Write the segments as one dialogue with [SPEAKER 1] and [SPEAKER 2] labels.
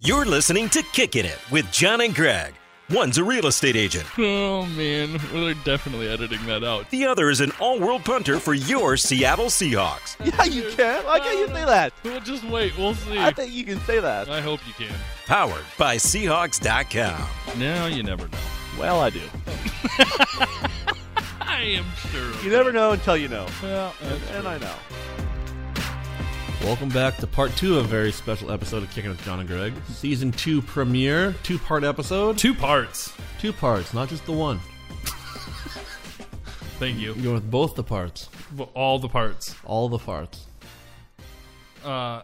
[SPEAKER 1] You're listening to Kickin' It with John and Greg. One's a real estate agent,
[SPEAKER 2] Oh man, we're definitely editing that out.
[SPEAKER 1] the other is an all world punter for your Seattle Seahawks.
[SPEAKER 3] Yeah, you can. Why can't you say that?
[SPEAKER 2] We'll just wait. We'll see.
[SPEAKER 3] I
[SPEAKER 2] I,
[SPEAKER 3] think you can say that.
[SPEAKER 2] hope you can.
[SPEAKER 1] Powered by Seahawks.com.
[SPEAKER 2] Now you never know.
[SPEAKER 3] Well, I do.
[SPEAKER 2] I am sure. of
[SPEAKER 3] You
[SPEAKER 2] it.
[SPEAKER 3] never know until you know.
[SPEAKER 2] Well, that's
[SPEAKER 3] And
[SPEAKER 2] true.
[SPEAKER 3] I know.
[SPEAKER 4] Welcome back to part two of a very special episode of Kicking It with John and Greg. Season two premiere, two part episode.
[SPEAKER 2] two parts.
[SPEAKER 4] Two parts, not just the one.
[SPEAKER 2] Thank you.
[SPEAKER 4] You're going with both the parts.
[SPEAKER 2] Well, All the parts.
[SPEAKER 4] All the parts.
[SPEAKER 2] Uh,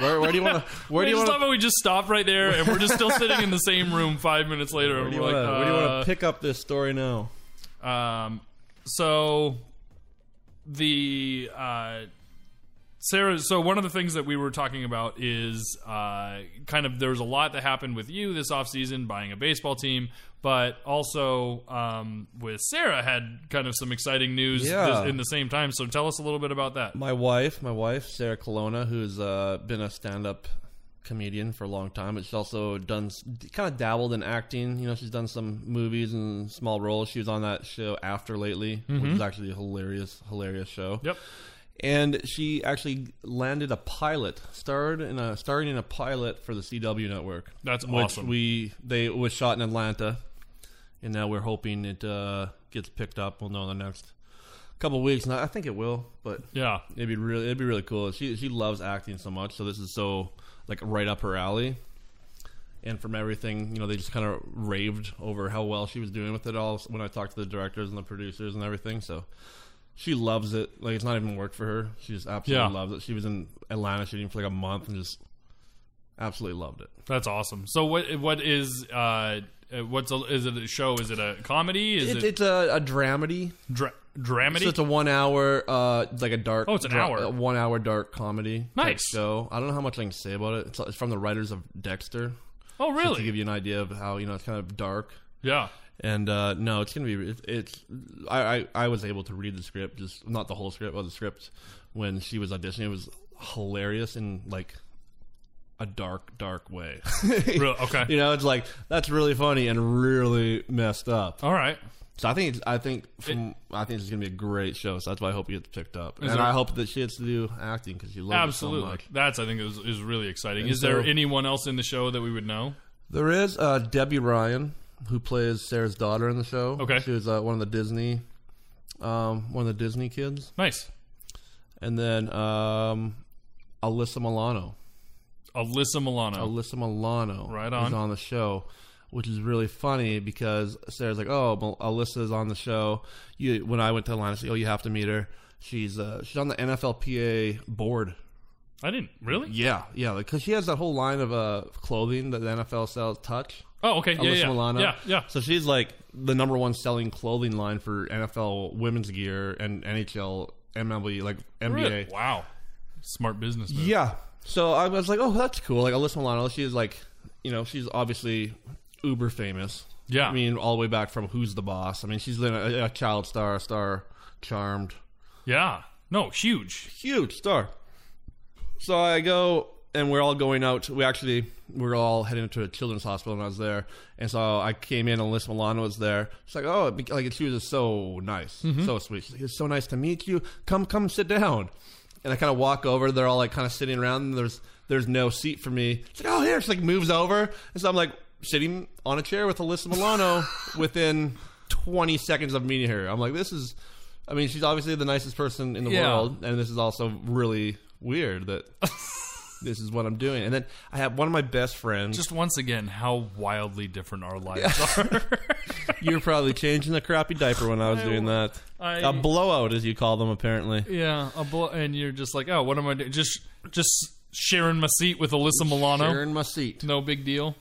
[SPEAKER 4] Where, where do you want to? Where do you
[SPEAKER 2] I just
[SPEAKER 4] want to?
[SPEAKER 2] love how we just stopped right there, and we're just still sitting in the same room five minutes later.
[SPEAKER 4] Where
[SPEAKER 2] and
[SPEAKER 4] do you
[SPEAKER 2] we're
[SPEAKER 4] want
[SPEAKER 2] like,
[SPEAKER 4] to? Where do you want
[SPEAKER 2] uh,
[SPEAKER 4] to pick up this story now?
[SPEAKER 2] Um, so the uh, Sarah. So one of the things that we were talking about is uh, kind of there's a lot that happened with you this offseason buying a baseball team, but also um, with Sarah had kind of some exciting news
[SPEAKER 4] Yeah.
[SPEAKER 2] this, in the same time. So tell us a little bit about that.
[SPEAKER 4] My wife, my wife Sarah Colonna, who's uh, been a stand-up comedian for a long time, but she's also done kind of dabbled in acting. You know, she's done some movies and small roles. She was on that show After lately, which is actually a hilarious, hilarious show.
[SPEAKER 2] Mm-hmm. Yep.
[SPEAKER 4] and she actually landed a pilot, starred in a starring in a pilot for the CW network.
[SPEAKER 2] That's
[SPEAKER 4] which
[SPEAKER 2] awesome.
[SPEAKER 4] We they it was shot in Atlanta, and now we're hoping it uh, gets picked up. We'll know in the next couple weeks. And I think it will, but
[SPEAKER 2] Yeah.
[SPEAKER 4] it'd be really it'd be really cool. She she loves acting so much, so this is so like right up her alley. And from everything, you know, they just kind of raved over how well she was doing with it all when I talked to the directors and the producers and everything. So she loves it. Like it's not even work for her. She just absolutely
[SPEAKER 2] Yeah.
[SPEAKER 4] loves it. She was in Atlanta shooting for like a month and just absolutely loved it.
[SPEAKER 2] That's awesome. So what what is uh uh, what's a, is it a show? Is it a comedy? Is
[SPEAKER 4] It's,
[SPEAKER 2] it,
[SPEAKER 4] it's a, a dramedy.
[SPEAKER 2] dra- dramedy?
[SPEAKER 4] So it's a one hour, uh, like a dark.
[SPEAKER 2] Oh, it's an hour.
[SPEAKER 4] a one hour dark comedy. type
[SPEAKER 2] Nice.
[SPEAKER 4] show. I don't know how much I can say about it. It's, it's from the writers of Dexter.
[SPEAKER 2] oh,
[SPEAKER 4] So to give
[SPEAKER 2] really?
[SPEAKER 4] you an idea of how you know it's kind of dark.
[SPEAKER 2] Yeah.
[SPEAKER 4] And uh, no, it's gonna be it's. it's I, I I was able to read the script, just not the whole script, but the script when she was auditioning. It was hilarious in like a dark, dark way.
[SPEAKER 2] Real- okay.
[SPEAKER 4] You know, it's like that's really funny and really messed up.
[SPEAKER 2] All right.
[SPEAKER 4] So I think it's, I think from, I think it's gonna be a great show. So that's why I hope it gets picked up, and
[SPEAKER 2] there-
[SPEAKER 4] I hope that she gets to do acting because she loves it so
[SPEAKER 2] Absolutely.
[SPEAKER 4] much.
[SPEAKER 2] That's I think is is really exciting.
[SPEAKER 4] And
[SPEAKER 2] is there
[SPEAKER 4] so-
[SPEAKER 2] anyone else in the show that we would know?
[SPEAKER 4] There is uh, Debbie Ryan, who plays Sarah's daughter in the show.
[SPEAKER 2] Okay.
[SPEAKER 4] she was uh, one of the Disney, um, one of the Disney kids,
[SPEAKER 2] Nice.
[SPEAKER 4] and then um, Alyssa Milano.
[SPEAKER 2] Alyssa Milano.
[SPEAKER 4] Alyssa Milano,
[SPEAKER 2] Right
[SPEAKER 4] is
[SPEAKER 2] on.
[SPEAKER 4] on the show, which is really funny because Sarah's like, "Oh, Mel- Alyssa's on the show." You, when I went to Atlanta, she's like, "Oh, you have to meet her." She's uh, she's on the NFLPA board
[SPEAKER 2] I didn't really.
[SPEAKER 4] Yeah, yeah, because she has that whole line of uh, clothing that the NFL sells, Touch.
[SPEAKER 2] Oh, okay. Yeah,
[SPEAKER 4] Alyssa
[SPEAKER 2] yeah.
[SPEAKER 4] Milano.
[SPEAKER 2] Yeah, yeah.
[SPEAKER 4] So she's like the number one selling clothing line for NFL women's gear and NHL, MLB, like NBA.
[SPEAKER 2] Really? Wow. Smart business. move.
[SPEAKER 4] Yeah. So I was like, oh, that's cool. Like Alyssa Milano, she's like, you know, she's obviously uber famous.
[SPEAKER 2] Yeah.
[SPEAKER 4] I mean, all the way back from Who's the Boss. I mean, she's been a, a child star, a star, charmed.
[SPEAKER 2] Yeah. No, huge.
[SPEAKER 4] huge star. So I go and we're all going out. We actually we're all heading to a children's hospital and I was there. And so I came in and Liz Milano was there. She's like, oh, be- like she was just so nice, so sweet. She's like, it's so nice to meet you. Come, come, sit down. And I kind of walk over. They're all like kind of sitting around. And there's there's no seat for me. It's like, oh, here. She like moves over. And so I'm like sitting on a chair with Alyssa Milano within 20 seconds of meeting her. I'm like, this is. I mean, she's obviously the nicest person in the
[SPEAKER 2] Yeah.
[SPEAKER 4] world and this is also really weird that this is what I'm doing. And then I have one of my best friends.
[SPEAKER 2] Just once again, how wildly different our lives are.
[SPEAKER 4] you were probably changing the crappy diaper when I was doing that.
[SPEAKER 2] I-
[SPEAKER 4] A blowout, as you call them, apparently.
[SPEAKER 2] yeah. A blo- and you're just like, oh, what am I doing? Just just sharing my seat with Alyssa Milano.
[SPEAKER 4] Sharing my seat.
[SPEAKER 2] No big deal.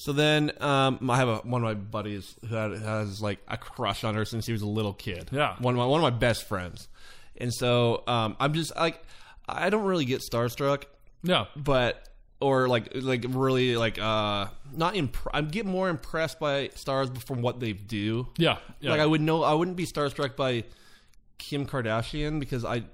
[SPEAKER 4] So then, um, I have a, one of my buddies who had, has like a crush on her since he was a little kid.
[SPEAKER 2] Yeah.
[SPEAKER 4] one of my one of my best friends, and so um, I'm just like, I don't really get starstruck.
[SPEAKER 2] Yeah.
[SPEAKER 4] but or like like really like uh not imp- I get more impressed by stars from what they do.
[SPEAKER 2] Yeah. yeah.
[SPEAKER 4] Like I would know I wouldn't be starstruck by Kim Kardashian because I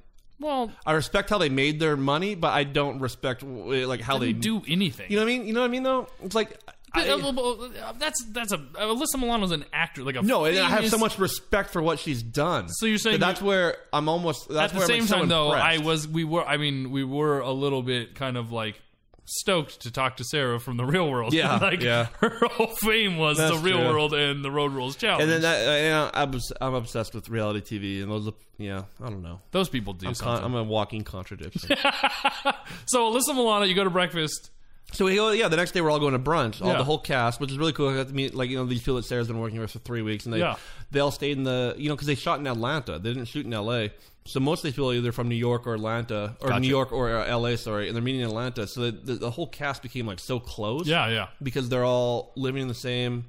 [SPEAKER 2] Well,
[SPEAKER 4] I respect how they made their money, but I don't respect w- like how they
[SPEAKER 2] didn't do anything.
[SPEAKER 4] You know what I mean? You know what I mean? Though it's like
[SPEAKER 2] But,
[SPEAKER 4] I,
[SPEAKER 2] uh, well, uh, that's that's a uh, Alyssa Milano's an actor, like a
[SPEAKER 4] no, and I have
[SPEAKER 2] famous-
[SPEAKER 4] so much respect for what she's done.
[SPEAKER 2] So you're saying
[SPEAKER 4] But that's where I'm almost. That's
[SPEAKER 2] At the
[SPEAKER 4] where
[SPEAKER 2] same
[SPEAKER 4] I'm so
[SPEAKER 2] time, though, I
[SPEAKER 4] impressed.
[SPEAKER 2] was we were I mean we were a little bit kind of like stoked to talk to Sarah from the real world.
[SPEAKER 4] Yeah,
[SPEAKER 2] like
[SPEAKER 4] yeah.
[SPEAKER 2] her whole fame was
[SPEAKER 4] That's
[SPEAKER 2] the real
[SPEAKER 4] true.
[SPEAKER 2] world and the Road Rules Challenge.
[SPEAKER 4] And then that, uh, you know, I'm, obs- I'm obsessed with reality TV, and those, are- yeah, I don't know.
[SPEAKER 2] Those people do something.
[SPEAKER 4] Con- I'm a walking contradiction.
[SPEAKER 2] so Alyssa Milano, you go to breakfast.
[SPEAKER 4] so we go, yeah. The next day, we're all going to brunch. All
[SPEAKER 2] Yeah.
[SPEAKER 4] the whole cast, which is really cool. I got to meet like you know these people that Sarah's been working with for three weeks, and they
[SPEAKER 2] Yeah.
[SPEAKER 4] they all stayed in the you know because they shot in Atlanta. They didn't shoot in L.A. So most of these people are either from New York or Atlanta, or New York or uh, L.A. Sorry, and they're meeting in Atlanta. So the, the, the whole cast became like so close.
[SPEAKER 2] Yeah, yeah.
[SPEAKER 4] because they're all living in the same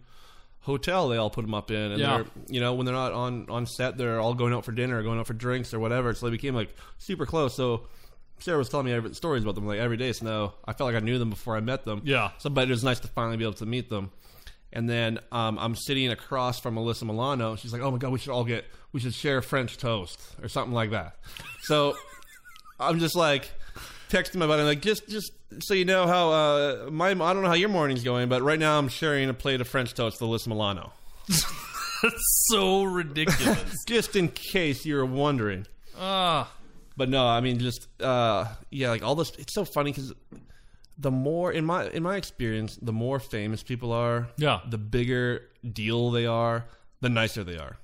[SPEAKER 4] hotel they all put them up in and
[SPEAKER 2] Yeah.
[SPEAKER 4] they're you know when they're not on on set they're all going out for dinner or going out for drinks or whatever so they became like super close so sarah was telling me every, stories about them like every day so now i felt like i knew them before i met them
[SPEAKER 2] Yeah.
[SPEAKER 4] so but it was nice to finally be able to meet them and then um, i'm sitting across from alyssa milano she's like oh my god we should all get we should share french toast or something like that so I'm just like texting my buddy, like just just so you know how uh, my I don't know how your morning's going, but right now I'm sharing a plate of French toast with Alyssa Milano,
[SPEAKER 2] That's so ridiculous.
[SPEAKER 4] just in case you were wondering.
[SPEAKER 2] Ah,
[SPEAKER 4] But no, I mean just uh, yeah, like all this. It's so funny because the more in my in my experience, the more famous people are,
[SPEAKER 2] Yeah.
[SPEAKER 4] the bigger deal they are, the nicer they are.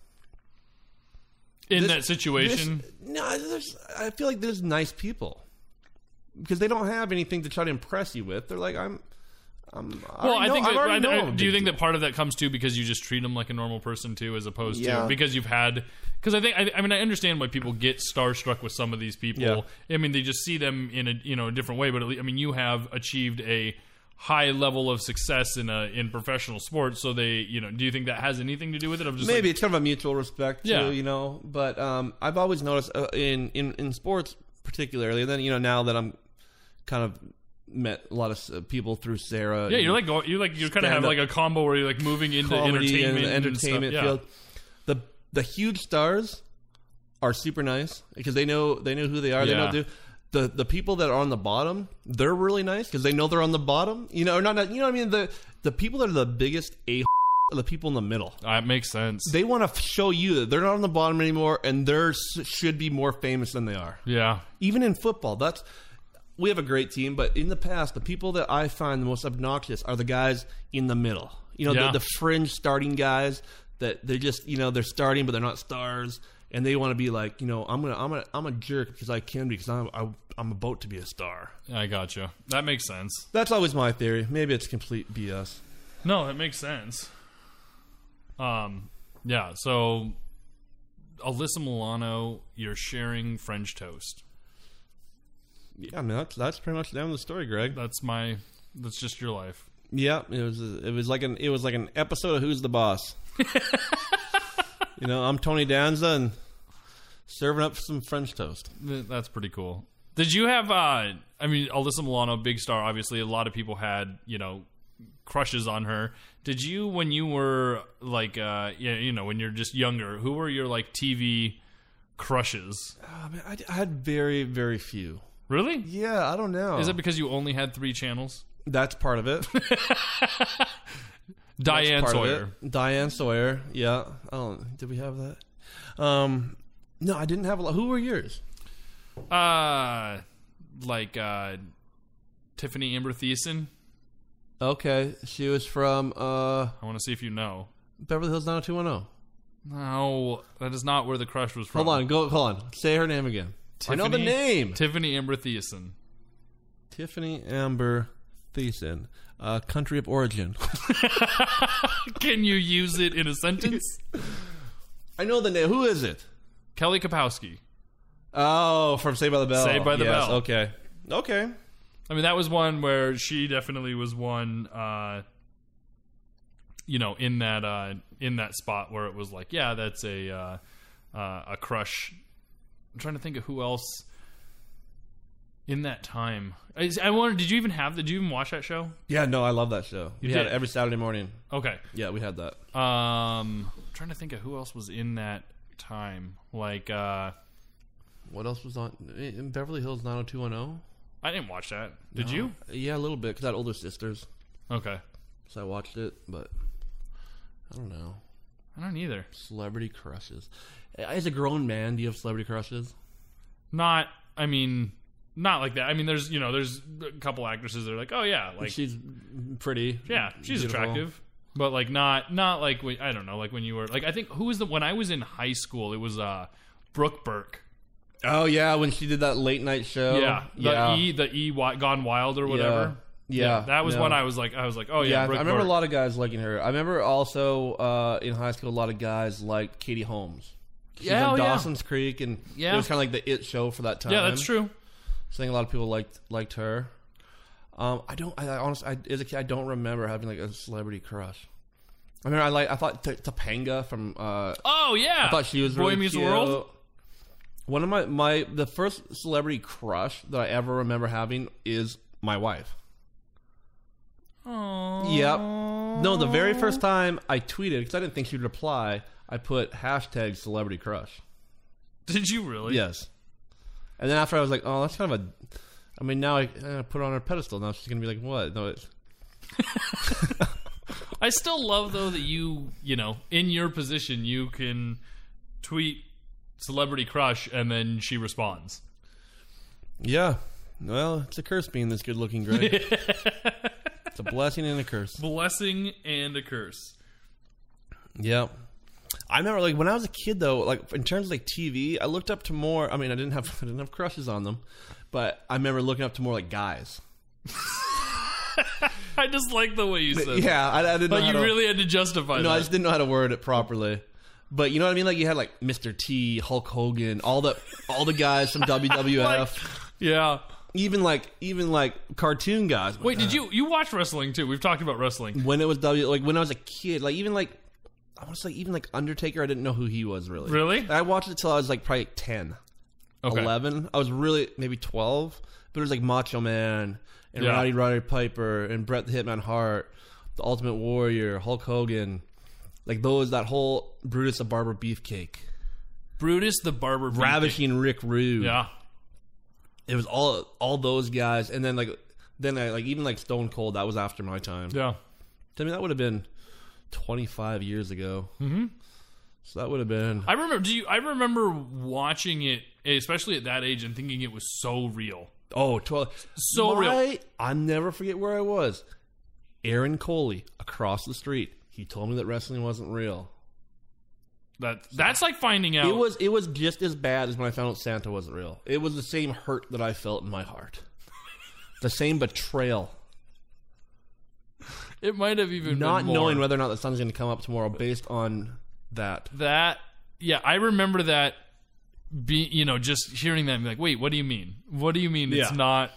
[SPEAKER 2] in
[SPEAKER 4] This-
[SPEAKER 2] that situation,
[SPEAKER 4] There's- no, there's, I feel like there's nice people because they don't have anything to try to impress you with. They're like, I'm. I'm I
[SPEAKER 2] well, I
[SPEAKER 4] already know,
[SPEAKER 2] think.
[SPEAKER 4] I
[SPEAKER 2] that-
[SPEAKER 4] already
[SPEAKER 2] I-
[SPEAKER 4] know
[SPEAKER 2] I-
[SPEAKER 4] I'm a
[SPEAKER 2] do you
[SPEAKER 4] big
[SPEAKER 2] think
[SPEAKER 4] deal.
[SPEAKER 2] that part of that comes too because you just treat them like a normal person too, as opposed
[SPEAKER 4] Yeah.
[SPEAKER 2] to because you've had? Because I think I, I mean I understand why people get starstruck with some of these people. I
[SPEAKER 4] Yeah.
[SPEAKER 2] mean they just see them in a you know a different way, but at least, I mean you have achieved a high level of success in a in professional sports, so they you know do you think that has anything to do with it? I'm just
[SPEAKER 4] maybe
[SPEAKER 2] like,
[SPEAKER 4] it's kind of a mutual respect, too,
[SPEAKER 2] Yeah.
[SPEAKER 4] you know? But um, I've always noticed uh, in, in in sports particularly, and then you know now that I'm kind of met a lot of s- uh, people through Sarah.
[SPEAKER 2] yeah,
[SPEAKER 4] and-
[SPEAKER 2] you're like go- you're like you kind of have
[SPEAKER 4] Stand-up.
[SPEAKER 2] like a combo where you're like moving into
[SPEAKER 4] comedy
[SPEAKER 2] entertainment
[SPEAKER 4] and
[SPEAKER 2] and
[SPEAKER 4] entertainment
[SPEAKER 2] stuff.
[SPEAKER 4] field. The the huge stars are super nice because they know they know who they are. They know
[SPEAKER 2] Yeah.
[SPEAKER 4] what to do. The the people that are on the bottom, they're really nice because they know they're on the bottom. You know, or not. You know what I mean? The the people that are the biggest a are the people in the middle.
[SPEAKER 2] Yeah. That makes sense.
[SPEAKER 4] They want to show you that they're not on the bottom anymore, and they are should be more famous than they are
[SPEAKER 2] yeah.
[SPEAKER 4] even in football that's we have a great team but in the past the people that i find the most obnoxious are the guys in the middle you know
[SPEAKER 2] Yeah.
[SPEAKER 4] the, the fringe starting guys that they're just you know they're starting but they're not stars and they want to be like you know i'm gonna i'm gonna i'm a jerk because i can because i'm I, i'm about to be a star
[SPEAKER 2] I gotcha. That makes sense.
[SPEAKER 4] that's always my theory maybe it's complete bs
[SPEAKER 2] No, that makes sense. Um, yeah. So, Alyssa Milano, you're sharing French toast.
[SPEAKER 4] yeah i mean that's that's pretty much the end of the story greg
[SPEAKER 2] That's my. That's just your life.
[SPEAKER 4] yeah it was it was like an it was like an episode of who's the boss you know i'm tony danza and serving up some french toast
[SPEAKER 2] Th- That's pretty cool. Did you have? Uh, I mean, Alyssa Milano, big star. Obviously, a lot of people had you know crushes on her. Did you, when you were like, uh, yeah, you know, when you're just younger, who were your like TV crushes?
[SPEAKER 4] Oh, man, I, I had very, very few.
[SPEAKER 2] Really?
[SPEAKER 4] Yeah, I don't know.
[SPEAKER 2] Is it because you only had three channels?
[SPEAKER 4] That's part of it. That's
[SPEAKER 2] Diane
[SPEAKER 4] part of
[SPEAKER 2] Sawyer.
[SPEAKER 4] it. Diane Sawyer. Yeah. I don't. Did we have that? Um, no, I didn't have a lot. Who were yours?
[SPEAKER 2] Uh, like uh, Tiffany Amber Thiessen.
[SPEAKER 4] Okay, she was from uh,
[SPEAKER 2] I want to see if you know.
[SPEAKER 4] Beverly Hills 90210.
[SPEAKER 2] No, that is not where the crush was from.
[SPEAKER 4] Hold on, go. Hold on. Say her name again. I know the name.
[SPEAKER 2] Tiffany Amber Thiessen.
[SPEAKER 4] Tiffany Amber Thiessen. Uh, country of origin.
[SPEAKER 2] Can you use it in a sentence?
[SPEAKER 4] I know the name. Who is it?
[SPEAKER 2] Kelly Kapowski.
[SPEAKER 4] Oh, from Saved by the Bell.
[SPEAKER 2] Saved by the
[SPEAKER 4] Yes,
[SPEAKER 2] Bell.
[SPEAKER 4] Okay. Okay.
[SPEAKER 2] I mean, that was one where she definitely was one. Uh, you know, in that uh, in that spot where it was like, yeah, that's a uh, uh, a crush. I'm trying to think of who else in that time. I, I wonder, did you even have? Did you even watch that show?
[SPEAKER 4] Yeah, no, I love that show. we had
[SPEAKER 2] did.
[SPEAKER 4] it every Saturday morning.
[SPEAKER 2] Okay.
[SPEAKER 4] Yeah, we had that.
[SPEAKER 2] Um, I'm trying to think of who else was in that time. Like, uh,
[SPEAKER 4] What else was on in Beverly Hills 90210?
[SPEAKER 2] I didn't watch that. Did you?
[SPEAKER 4] Yeah, a little bit because I had older sisters,
[SPEAKER 2] Okay.
[SPEAKER 4] so I watched it. But I don't know.
[SPEAKER 2] I don't either.
[SPEAKER 4] Celebrity crushes. As a grown man, do you have celebrity crushes?
[SPEAKER 2] Not. I mean, not like that. I mean, there's you know, there's a couple actresses that are like, oh yeah, like
[SPEAKER 4] She's pretty.
[SPEAKER 2] yeah, she's
[SPEAKER 4] beautiful.
[SPEAKER 2] attractive, but like not not like when, I don't know, like when you were like I think who was the when I was in high school, it was uh Brooke Burke.
[SPEAKER 4] Oh yeah, when she did that late night show.
[SPEAKER 2] Yeah, the
[SPEAKER 4] Oh, yeah.
[SPEAKER 2] E, the E, wi- Gone Wild or whatever.
[SPEAKER 4] Yeah. Yeah,
[SPEAKER 2] that was
[SPEAKER 4] no.
[SPEAKER 2] when I was like, I was like, oh yeah,
[SPEAKER 4] Yeah,
[SPEAKER 2] Brooke
[SPEAKER 4] I remember
[SPEAKER 2] Burke.
[SPEAKER 4] a lot of guys liking her. I remember also uh, in high school a lot of guys liked Katie Holmes. She's
[SPEAKER 2] Yeah,
[SPEAKER 4] in
[SPEAKER 2] oh, yeah.
[SPEAKER 4] Dawson's Creek, and
[SPEAKER 2] Yeah.
[SPEAKER 4] it was kind of like the it show for that time.
[SPEAKER 2] Yeah, that's true.
[SPEAKER 4] So I think a lot of people liked liked her. Um, I don't. I, I honestly, I, as a kid, I don't remember having like a celebrity crush. I remember I like. I thought T- Topanga from. Uh,
[SPEAKER 2] Oh yeah,
[SPEAKER 4] I thought she was
[SPEAKER 2] Boy
[SPEAKER 4] really
[SPEAKER 2] Meets
[SPEAKER 4] cute.
[SPEAKER 2] World.
[SPEAKER 4] One of my my the first celebrity crush that I ever remember having is my wife.
[SPEAKER 2] Oh
[SPEAKER 4] Yep. No, the very first time I tweeted because I didn't think she'd reply, I put hashtag celebrity crush.
[SPEAKER 2] Did you really?
[SPEAKER 4] Yes. And then after I was like, oh, that's kind of a. I mean, now I uh, put her on her pedestal. Now she's gonna be like, what? No, it's,
[SPEAKER 2] I still love though that you, you know, in your position, you can tweet celebrity crush and then she responds.
[SPEAKER 4] yeah. Well, it's a curse being this good-looking, Greg. it's a blessing and a curse.
[SPEAKER 2] Blessing and a curse.
[SPEAKER 4] Yeah. I remember, like when I was a kid, though, like in terms of like TV, I looked up to more. I mean, I didn't have I didn't have crushes on them, but I remember looking up to more like guys.
[SPEAKER 2] I just like the way you said. it.
[SPEAKER 4] yeah, I, I didn't.
[SPEAKER 2] But
[SPEAKER 4] know how
[SPEAKER 2] you
[SPEAKER 4] to-
[SPEAKER 2] really had to justify
[SPEAKER 4] No,
[SPEAKER 2] that.
[SPEAKER 4] I just didn't know how to word it properly. But you know what I mean? Like you had like Mr. T, Hulk Hogan, all the all the guys from WWF,
[SPEAKER 2] yeah.
[SPEAKER 4] even like even like cartoon guys.
[SPEAKER 2] Wait, did you you watch wrestling too? We've talked about wrestling.
[SPEAKER 4] when it was W, like when I was a kid, like even like I want to say even like Undertaker, I didn't know who he was really.
[SPEAKER 2] Really?
[SPEAKER 4] I watched it till I was like probably like, ten.
[SPEAKER 2] Okay.
[SPEAKER 4] 11. I was really maybe 12, but it was like Macho Man and
[SPEAKER 2] Yeah.
[SPEAKER 4] Roddy Roddy Piper and Bret the Hitman Hart, The Ultimate Warrior, Hulk Hogan, like those that whole Brutus the Barber Beefcake,
[SPEAKER 2] Brutus the Barber. Beefcake.
[SPEAKER 4] Ravishing Rick Rude.
[SPEAKER 2] Yeah.
[SPEAKER 4] It was all all those guys, and then like then I like even like Stone Cold that was after my time.
[SPEAKER 2] Yeah.
[SPEAKER 4] I mean that would have been 25 years ago. Mm-hmm. So that would have been
[SPEAKER 2] I remember. Do you? I remember watching it, especially at that age, and thinking it was so real.
[SPEAKER 4] Oh, 12.
[SPEAKER 2] So
[SPEAKER 4] My-
[SPEAKER 2] real.
[SPEAKER 4] I'll never forget where I was. Aaron Coley across the street. He told me that wrestling wasn't real.
[SPEAKER 2] That that's like finding out.
[SPEAKER 4] It was it was just as bad as when I found out Santa wasn't real. It was the same hurt that I felt in my heart. the same betrayal.
[SPEAKER 2] It might have even
[SPEAKER 4] Not
[SPEAKER 2] been more.
[SPEAKER 4] knowing whether or not the sun's gonna come up tomorrow based on that.
[SPEAKER 2] that yeah i remember that be you know just hearing that and be like wait what do you mean what do you mean it's
[SPEAKER 4] Yeah.
[SPEAKER 2] not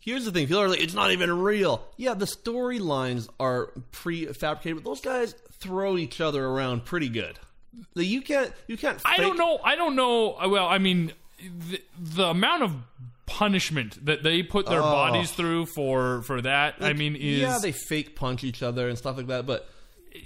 [SPEAKER 4] Here's the thing, people are like, it's not even real. Yeah, the storylines are prefabricated, but those guys throw each other around pretty good. Like, You can't you can't
[SPEAKER 2] i
[SPEAKER 4] fake-
[SPEAKER 2] don't know i don't know uh, well i mean the, the amount of punishment that they put their bodies through for for that i mean is
[SPEAKER 4] Oh. yeah they fake punch each other and stuff like that but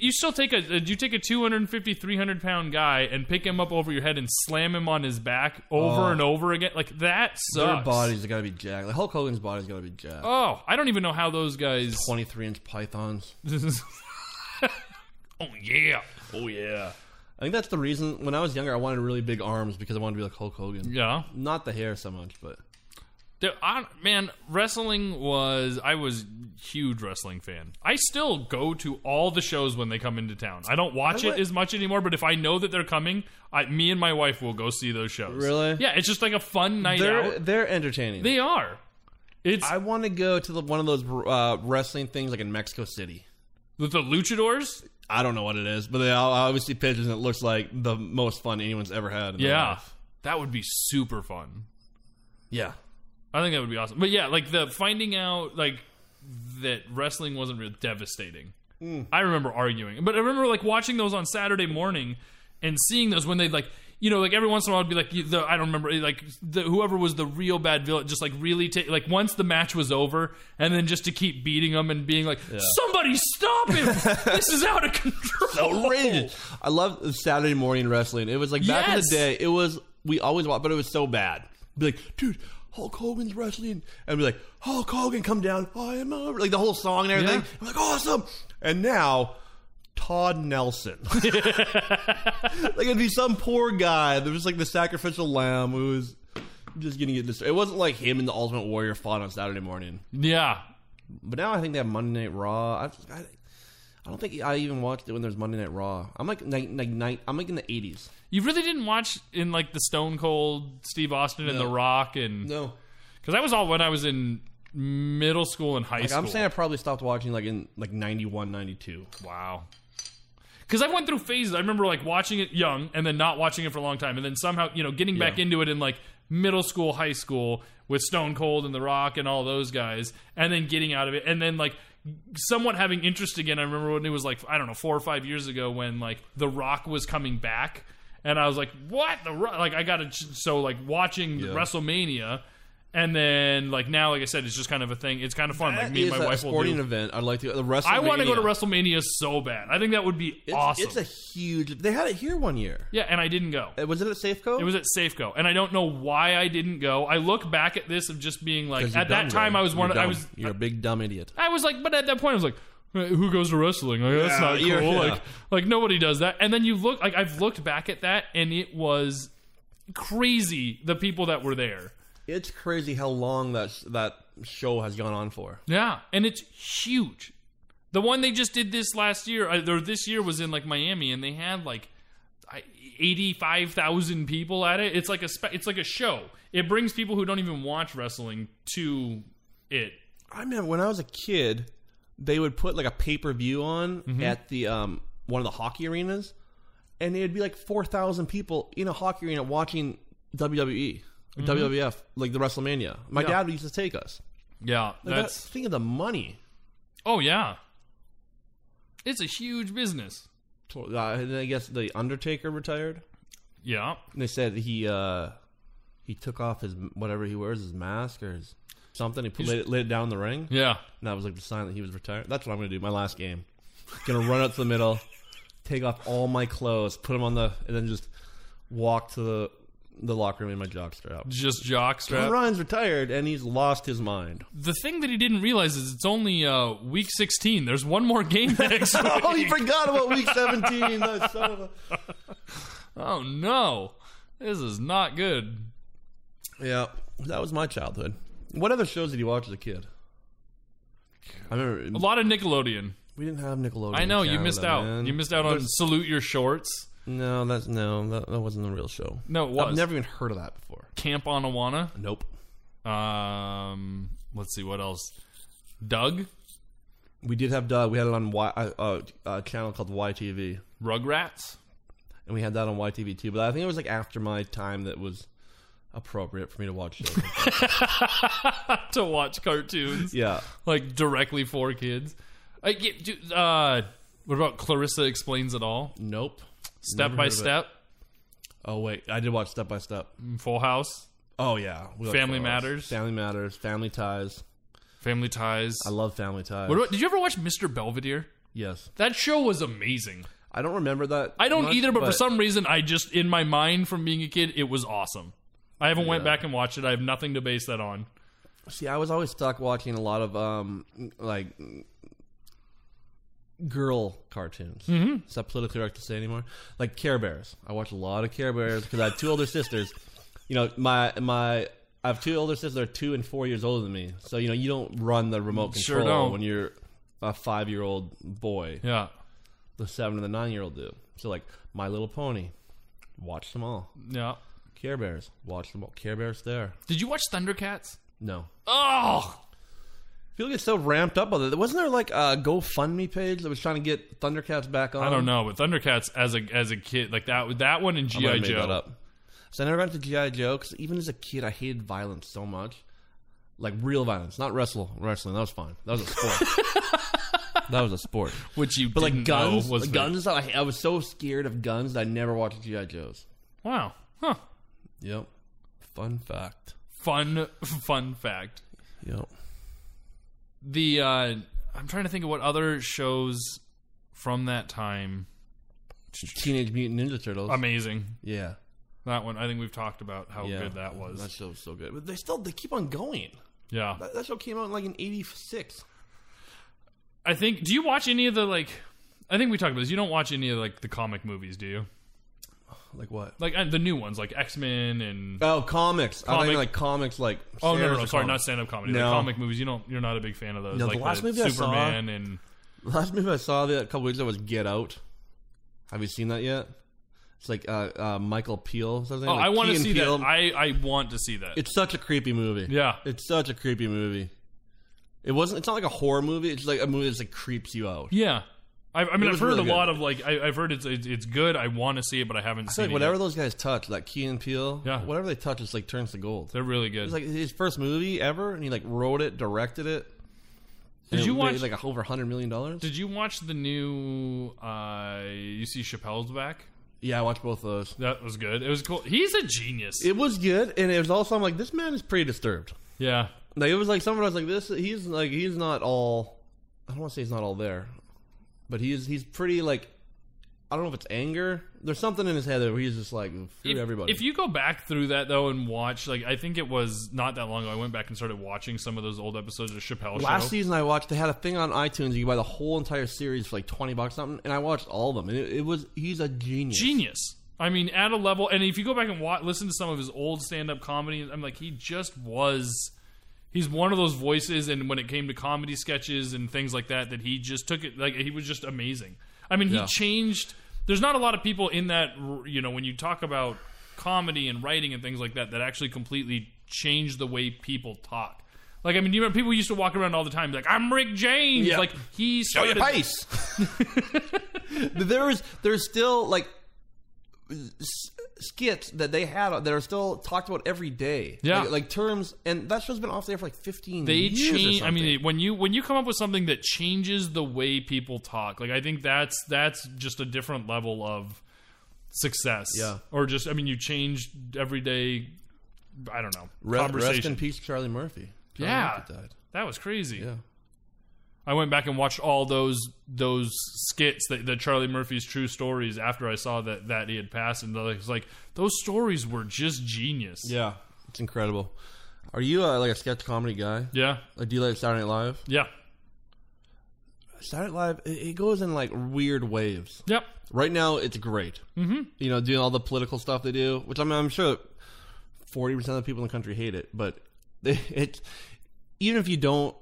[SPEAKER 2] you still take a uh, you take a 250 300 pound guy and pick him up over your head and slam him on his back over and over again like that sucks
[SPEAKER 4] Oh. their bodies are gonna be jacked like hulk hogan's body's gonna be jacked
[SPEAKER 2] oh i don't even know how those guys
[SPEAKER 4] 23 inch pythons
[SPEAKER 2] oh yeah oh yeah
[SPEAKER 4] i think that's the reason when i was younger i wanted really big arms because i wanted to be like hulk hogan
[SPEAKER 2] yeah
[SPEAKER 4] not the hair so much but
[SPEAKER 2] There, I, man, wrestling was I was huge wrestling fan. I still go to all the shows when they come into town. I don't watch
[SPEAKER 4] I
[SPEAKER 2] it
[SPEAKER 4] went-
[SPEAKER 2] as much anymore, but if I know that they're coming, I, me and my wife will go see those shows.
[SPEAKER 4] Really?
[SPEAKER 2] Yeah, it's just like a fun night
[SPEAKER 4] they're
[SPEAKER 2] out.
[SPEAKER 4] they're entertaining
[SPEAKER 2] They are. It's
[SPEAKER 4] i want to go to the, one of those uh, wrestling things like in mexico city
[SPEAKER 2] with the luchadors.
[SPEAKER 4] i don't know what it is but they all obviously pictures and it looks like the most fun anyone's ever had in their
[SPEAKER 2] Yeah,
[SPEAKER 4] life.
[SPEAKER 2] that would be super fun.
[SPEAKER 4] yeah
[SPEAKER 2] I think that would be awesome. But yeah, like the finding out like that wrestling wasn't real devastating. I remember arguing, but I remember like watching those on Saturday morning and seeing those when they like you know like every once in a while I'd be like you- the, I don't remember like the, whoever was the real bad villain just like really ta- like once the match was over and then just to keep beating them and being like somebody stop him this is out of control
[SPEAKER 4] outrageous. I love Saturday morning wrestling. It was like back in
[SPEAKER 2] Yes.
[SPEAKER 4] the day. It was we always watched, but it was so bad. Be like, dude, Hulk Hogan's wrestling, and be like, Hulk Hogan, come down, I am a-" like the whole song and everything.
[SPEAKER 2] Yeah.
[SPEAKER 4] I'm like, awesome. And now, Todd Nelson, like it'd be some poor guy that was like the sacrificial lamb who was just gonna get destroyed. It wasn't like him and the Ultimate Warrior fought on Saturday morning.
[SPEAKER 2] Yeah.
[SPEAKER 4] But now I think they have Monday Night Raw. I, I, I don't think I even watched it when there was Monday Night Raw. I'm like night, night, night, I'm like in the eighties.
[SPEAKER 2] You really didn't watch in like the Stone Cold, Steve Austin, and The Rock, and
[SPEAKER 4] No,
[SPEAKER 2] because that was all when I was in middle school and high
[SPEAKER 4] like,
[SPEAKER 2] school.
[SPEAKER 4] I'm saying I probably stopped watching like in like 91, 92.
[SPEAKER 2] Wow. Because I went through phases. I remember like watching it young and then not watching it for a long time, and then somehow you know getting back into it in like middle school, high school with Stone Cold and The Rock and all those guys, and then getting out of it, and then like somewhat having interest again. I remember when it was like I don't know four or five years ago when like The Rock was coming back, and I was like, what The Rock? Like I got to so like watching WrestleMania. And then, like now, like I said, it's just kind of a thing. It's kind of fun. Like me and
[SPEAKER 4] It's
[SPEAKER 2] my
[SPEAKER 4] a
[SPEAKER 2] wife will
[SPEAKER 4] sporting
[SPEAKER 2] do.
[SPEAKER 4] event. I'd like to. The WrestleMania.
[SPEAKER 2] I want to go to WrestleMania so bad. I think that would be
[SPEAKER 4] It's,
[SPEAKER 2] awesome.
[SPEAKER 4] It's a huge. They had it here one year.
[SPEAKER 2] yeah, and I didn't go.
[SPEAKER 4] Uh, Was it at Safeco?
[SPEAKER 2] It was at Safeco, and I don't know why I didn't go. I look back at this of just being like,
[SPEAKER 4] 'Cause you're
[SPEAKER 2] at
[SPEAKER 4] dumb,
[SPEAKER 2] that time,
[SPEAKER 4] Greg.
[SPEAKER 2] I was one.
[SPEAKER 4] You're
[SPEAKER 2] of- I
[SPEAKER 4] dumb.
[SPEAKER 2] was,
[SPEAKER 4] You're a big dumb idiot.
[SPEAKER 2] I was like, but at that point, I was like, "Eh, who goes to wrestling? Like, that's
[SPEAKER 4] Yeah,
[SPEAKER 2] not
[SPEAKER 4] you're-
[SPEAKER 2] cool.
[SPEAKER 4] yeah.
[SPEAKER 2] Like, like nobody does that. And then you look, like I've looked back at that, and it was crazy the people that were there.
[SPEAKER 4] It's crazy how long that that show has gone on for.
[SPEAKER 2] Yeah, and it's huge. The one they just did this last year, uh, or this year, was in like Miami, and they had like eighty-five thousand people at it. It's like a spe- it's like a show. It brings people who don't even watch wrestling to it.
[SPEAKER 4] I remember when I was a kid, they would put like a pay per view on
[SPEAKER 2] Mm-hmm.
[SPEAKER 4] at the um, one of the hockey arenas, and it'd be like four thousand people in a hockey arena watching E, WWE, or WWF, like the WrestleMania. My
[SPEAKER 2] Mm-hmm. Yeah.
[SPEAKER 4] dad used to take us.
[SPEAKER 2] Yeah,
[SPEAKER 4] Like
[SPEAKER 2] that's
[SPEAKER 4] that, think of the money.
[SPEAKER 2] oh yeah, it's a huge business.
[SPEAKER 4] To- Uh, and I guess the Undertaker retired.
[SPEAKER 2] Yeah,
[SPEAKER 4] And they said he uh, he took off his whatever he wears, his mask or his something. He put, laid, it, laid it down in the ring.
[SPEAKER 2] yeah.
[SPEAKER 4] And that was like the sign that he was retired. That's what I'm gonna do. My last game, gonna run up to the middle, take off all my clothes, put them on the, and then just walk to the the locker room in my jockstrap.
[SPEAKER 2] Just jockstrap.
[SPEAKER 4] John Ryan's retired and he's lost his mind.
[SPEAKER 2] The thing that he didn't realize is it's only uh, week sixteen. There's one more game next week.
[SPEAKER 4] Oh, you forgot about week 17. that son of
[SPEAKER 2] Oh no, this is not good.
[SPEAKER 4] a- Yeah, that was my childhood. What other shows did you watch as a kid? I
[SPEAKER 2] A
[SPEAKER 4] remember
[SPEAKER 2] lot of Nickelodeon.
[SPEAKER 4] we didn't have Nickelodeon.
[SPEAKER 2] I know
[SPEAKER 4] in
[SPEAKER 2] you missed
[SPEAKER 4] Canada,
[SPEAKER 2] out.
[SPEAKER 4] man.
[SPEAKER 2] You missed out on Salute Your Shorts.
[SPEAKER 4] No, that's no, that, that wasn't the real show.
[SPEAKER 2] No, it was
[SPEAKER 4] I've never even heard of that before.
[SPEAKER 2] Camp on Awana.
[SPEAKER 4] Nope.
[SPEAKER 2] Um, let's see what else. Doug,
[SPEAKER 4] We did have Doug. We had it on y, uh, uh, a channel called YTV,
[SPEAKER 2] Rugrats.
[SPEAKER 4] and we had that on YTV too. But I think it was like after my time that was appropriate for me to watch shows.
[SPEAKER 2] to watch cartoons
[SPEAKER 4] yeah,
[SPEAKER 2] like directly for kids. I get, dude, uh, what about Clarissa explains it all?
[SPEAKER 4] nope.
[SPEAKER 2] Step
[SPEAKER 4] Never
[SPEAKER 2] by
[SPEAKER 4] heard of it.
[SPEAKER 2] step,
[SPEAKER 4] Oh wait, I did watch Step by Step.
[SPEAKER 2] Full House,
[SPEAKER 4] Oh yeah, we watched
[SPEAKER 2] Family
[SPEAKER 4] all those.
[SPEAKER 2] Matters.
[SPEAKER 4] Family Matters, Family Ties.
[SPEAKER 2] Family Ties.
[SPEAKER 4] I love Family Ties.
[SPEAKER 2] What about, did you ever watch Mr. Belvedere?
[SPEAKER 4] yes,
[SPEAKER 2] That show was amazing.
[SPEAKER 4] I don't remember that.
[SPEAKER 2] I don't
[SPEAKER 4] much,
[SPEAKER 2] either, but, for some reason, I just in my mind from being a kid, it was awesome. I haven't went back and watched it. I have nothing to base that on.
[SPEAKER 4] see, I was always stuck watching a lot of um like girl cartoons. Mm-hmm. Is that politically correct to say anymore? Like Care Bears. I watch a lot of Care Bears because I have two older sisters. You know, my my I have two older sisters. They're two and four years older than me. So you know, you don't run the remote
[SPEAKER 2] Sure
[SPEAKER 4] control
[SPEAKER 2] don't.
[SPEAKER 4] when you're a five year old boy.
[SPEAKER 2] Yeah,
[SPEAKER 4] The seven and the nine year old do. So like My Little Pony, watch them all.
[SPEAKER 2] yeah.
[SPEAKER 4] Care Bears, watch them all. Care Bears there.
[SPEAKER 2] Did you watch Thundercats?
[SPEAKER 4] No.
[SPEAKER 2] Oh,
[SPEAKER 4] People get so ramped up on it. Wasn't there like a GoFundMe page that was trying to get Thundercats back on?
[SPEAKER 2] I don't know, but Thundercats as a as a kid, like that that one and
[SPEAKER 4] I might
[SPEAKER 2] GI
[SPEAKER 4] have made
[SPEAKER 2] Joe.
[SPEAKER 4] that up. So I never got into GI Joe because even as a kid, I hated violence so much, like real violence, not wrestle wrestling. That was fine. That was a sport. that was a sport.
[SPEAKER 2] which you
[SPEAKER 4] But like
[SPEAKER 2] didn't
[SPEAKER 4] guns,
[SPEAKER 2] know was
[SPEAKER 4] like
[SPEAKER 2] fake.
[SPEAKER 4] guns and stuff. I, I was so scared of guns that I never watched GI Joes.
[SPEAKER 2] Wow, huh?
[SPEAKER 4] Yep. Fun fact.
[SPEAKER 2] Fun fun fact.
[SPEAKER 4] Yep.
[SPEAKER 2] The uh I'm trying to think of what other shows from that time.
[SPEAKER 4] Teenage Mutant Ninja Turtles.
[SPEAKER 2] Amazing.
[SPEAKER 4] yeah.
[SPEAKER 2] That one, I think we've talked about how
[SPEAKER 4] Yeah.
[SPEAKER 2] good that was.
[SPEAKER 4] That show's so good. But they still they keep on going.
[SPEAKER 2] yeah,
[SPEAKER 4] That, that show came out in like in '86.
[SPEAKER 2] I think. Do you watch any of the like? I think we talked about this. You don't watch any of like the comic movies, do you?
[SPEAKER 4] Like what?
[SPEAKER 2] Like uh, the new ones, like X Men and.
[SPEAKER 4] Oh, comics. I
[SPEAKER 2] Comic-
[SPEAKER 4] think like comics. Like
[SPEAKER 2] Oh no, no,
[SPEAKER 4] Sarah's
[SPEAKER 2] no!
[SPEAKER 4] a
[SPEAKER 2] Sorry,
[SPEAKER 4] comic.
[SPEAKER 2] not stand-up comedy.
[SPEAKER 4] No.
[SPEAKER 2] Like comic movies. You don't. You're not a big fan of those.
[SPEAKER 4] No, the
[SPEAKER 2] like
[SPEAKER 4] last movie I saw-
[SPEAKER 2] Superman and
[SPEAKER 4] Last movie I saw that a couple weeks ago was Get Out. Have you seen that yet? It's like uh, uh, Michael Peel. Something.
[SPEAKER 2] oh,
[SPEAKER 4] like
[SPEAKER 2] I want
[SPEAKER 4] Key
[SPEAKER 2] to
[SPEAKER 4] and
[SPEAKER 2] see
[SPEAKER 4] Peele.
[SPEAKER 2] that. I I want to see that.
[SPEAKER 4] it's such a creepy movie.
[SPEAKER 2] Yeah.
[SPEAKER 4] it's such a creepy movie. It wasn't. It's not like a horror movie. It's like a movie that's like creeps you out.
[SPEAKER 2] yeah, I, I mean,
[SPEAKER 4] It
[SPEAKER 2] I've
[SPEAKER 4] was
[SPEAKER 2] heard
[SPEAKER 4] really
[SPEAKER 2] a
[SPEAKER 4] good.
[SPEAKER 2] lot of like I, I've heard it's it's, it's good. I want to see it, but I haven't
[SPEAKER 4] It's
[SPEAKER 2] seen
[SPEAKER 4] like
[SPEAKER 2] it.
[SPEAKER 4] whatever
[SPEAKER 2] yet.
[SPEAKER 4] those guys touch, like Key and Peele.
[SPEAKER 2] Yeah.
[SPEAKER 4] whatever they touch, it's like turns to gold.
[SPEAKER 2] They're really good.
[SPEAKER 4] It was like his first movie ever, and he like wrote it, directed it.
[SPEAKER 2] Did
[SPEAKER 4] and
[SPEAKER 2] you
[SPEAKER 4] it
[SPEAKER 2] watch-
[SPEAKER 4] made, like over hundred million dollars?
[SPEAKER 2] Did you watch the new? Uh, you see Chappelle's back.
[SPEAKER 4] Yeah, I watched both of those.
[SPEAKER 2] That was good. It was cool. He's a genius.
[SPEAKER 4] It was good, and it was also I'm like, this man is pretty disturbed.
[SPEAKER 2] yeah,
[SPEAKER 4] Like it was like someone was like this. He's like he's not all. I don't want to say he's not all there, but he's he's pretty like. I don't know if it's anger. There's something in his head where he's just like screw
[SPEAKER 2] if,
[SPEAKER 4] everybody.
[SPEAKER 2] If you go back through that though and watch, like I think it was not that long ago, I went back and started watching some of those old episodes of Chappelle
[SPEAKER 4] Last
[SPEAKER 2] Show.
[SPEAKER 4] season I watched, they had a thing on iTunes. You could buy the whole entire series for like twenty bucks something, and I watched all of them. And it, it was he's a genius.
[SPEAKER 2] genius. I mean, at a level, and if you go back and watch, listen to some of his old stand-up comedy, I'm like, he just was. He's one of those voices, and when it came to comedy sketches and things like that, that he just took it like he was just amazing. I mean, he
[SPEAKER 4] Yeah.
[SPEAKER 2] changed. There's not a lot of people in that, you know, when you talk about comedy and writing and things like that, that actually completely change the way people talk. Like, I mean, you remember people used to walk around all the time, like, "I'm Rick James."
[SPEAKER 4] Yeah.
[SPEAKER 2] Like, he
[SPEAKER 4] Show your
[SPEAKER 2] started.
[SPEAKER 4] face. but there was there's still like s- skits that they had that are still talked about every day.
[SPEAKER 2] Yeah.
[SPEAKER 4] like, like terms, and that show's been off there for like fifteen.
[SPEAKER 2] they
[SPEAKER 4] years
[SPEAKER 2] change
[SPEAKER 4] Or
[SPEAKER 2] i mean
[SPEAKER 4] something.
[SPEAKER 2] when you when you come up with something that changes the way people talk like i think that's that's just a different level of success
[SPEAKER 4] Yeah.
[SPEAKER 2] or just i mean you change everyday i don't know
[SPEAKER 4] Re- rest
[SPEAKER 2] conversation
[SPEAKER 4] in peace, Charlie Murphy. Charlie
[SPEAKER 2] yeah
[SPEAKER 4] Murphy died.
[SPEAKER 2] that was crazy
[SPEAKER 4] Yeah.
[SPEAKER 2] i went back and watched all those those skits that, that charlie murphy's true stories after i saw that that he had passed and i was like those stories were just genius
[SPEAKER 4] Yeah, it's incredible. Are you uh, like a sketch comedy guy?
[SPEAKER 2] yeah
[SPEAKER 4] Like, do you like Saturday Night Live?
[SPEAKER 2] yeah
[SPEAKER 4] Saturday Night Live, it, it goes in like weird waves.
[SPEAKER 2] yep
[SPEAKER 4] Right now, it's great. Mm-hmm. You know, doing all the political stuff they do, which I mean, I'm sure forty percent of the people in the country hate it. But it, it's even if you don't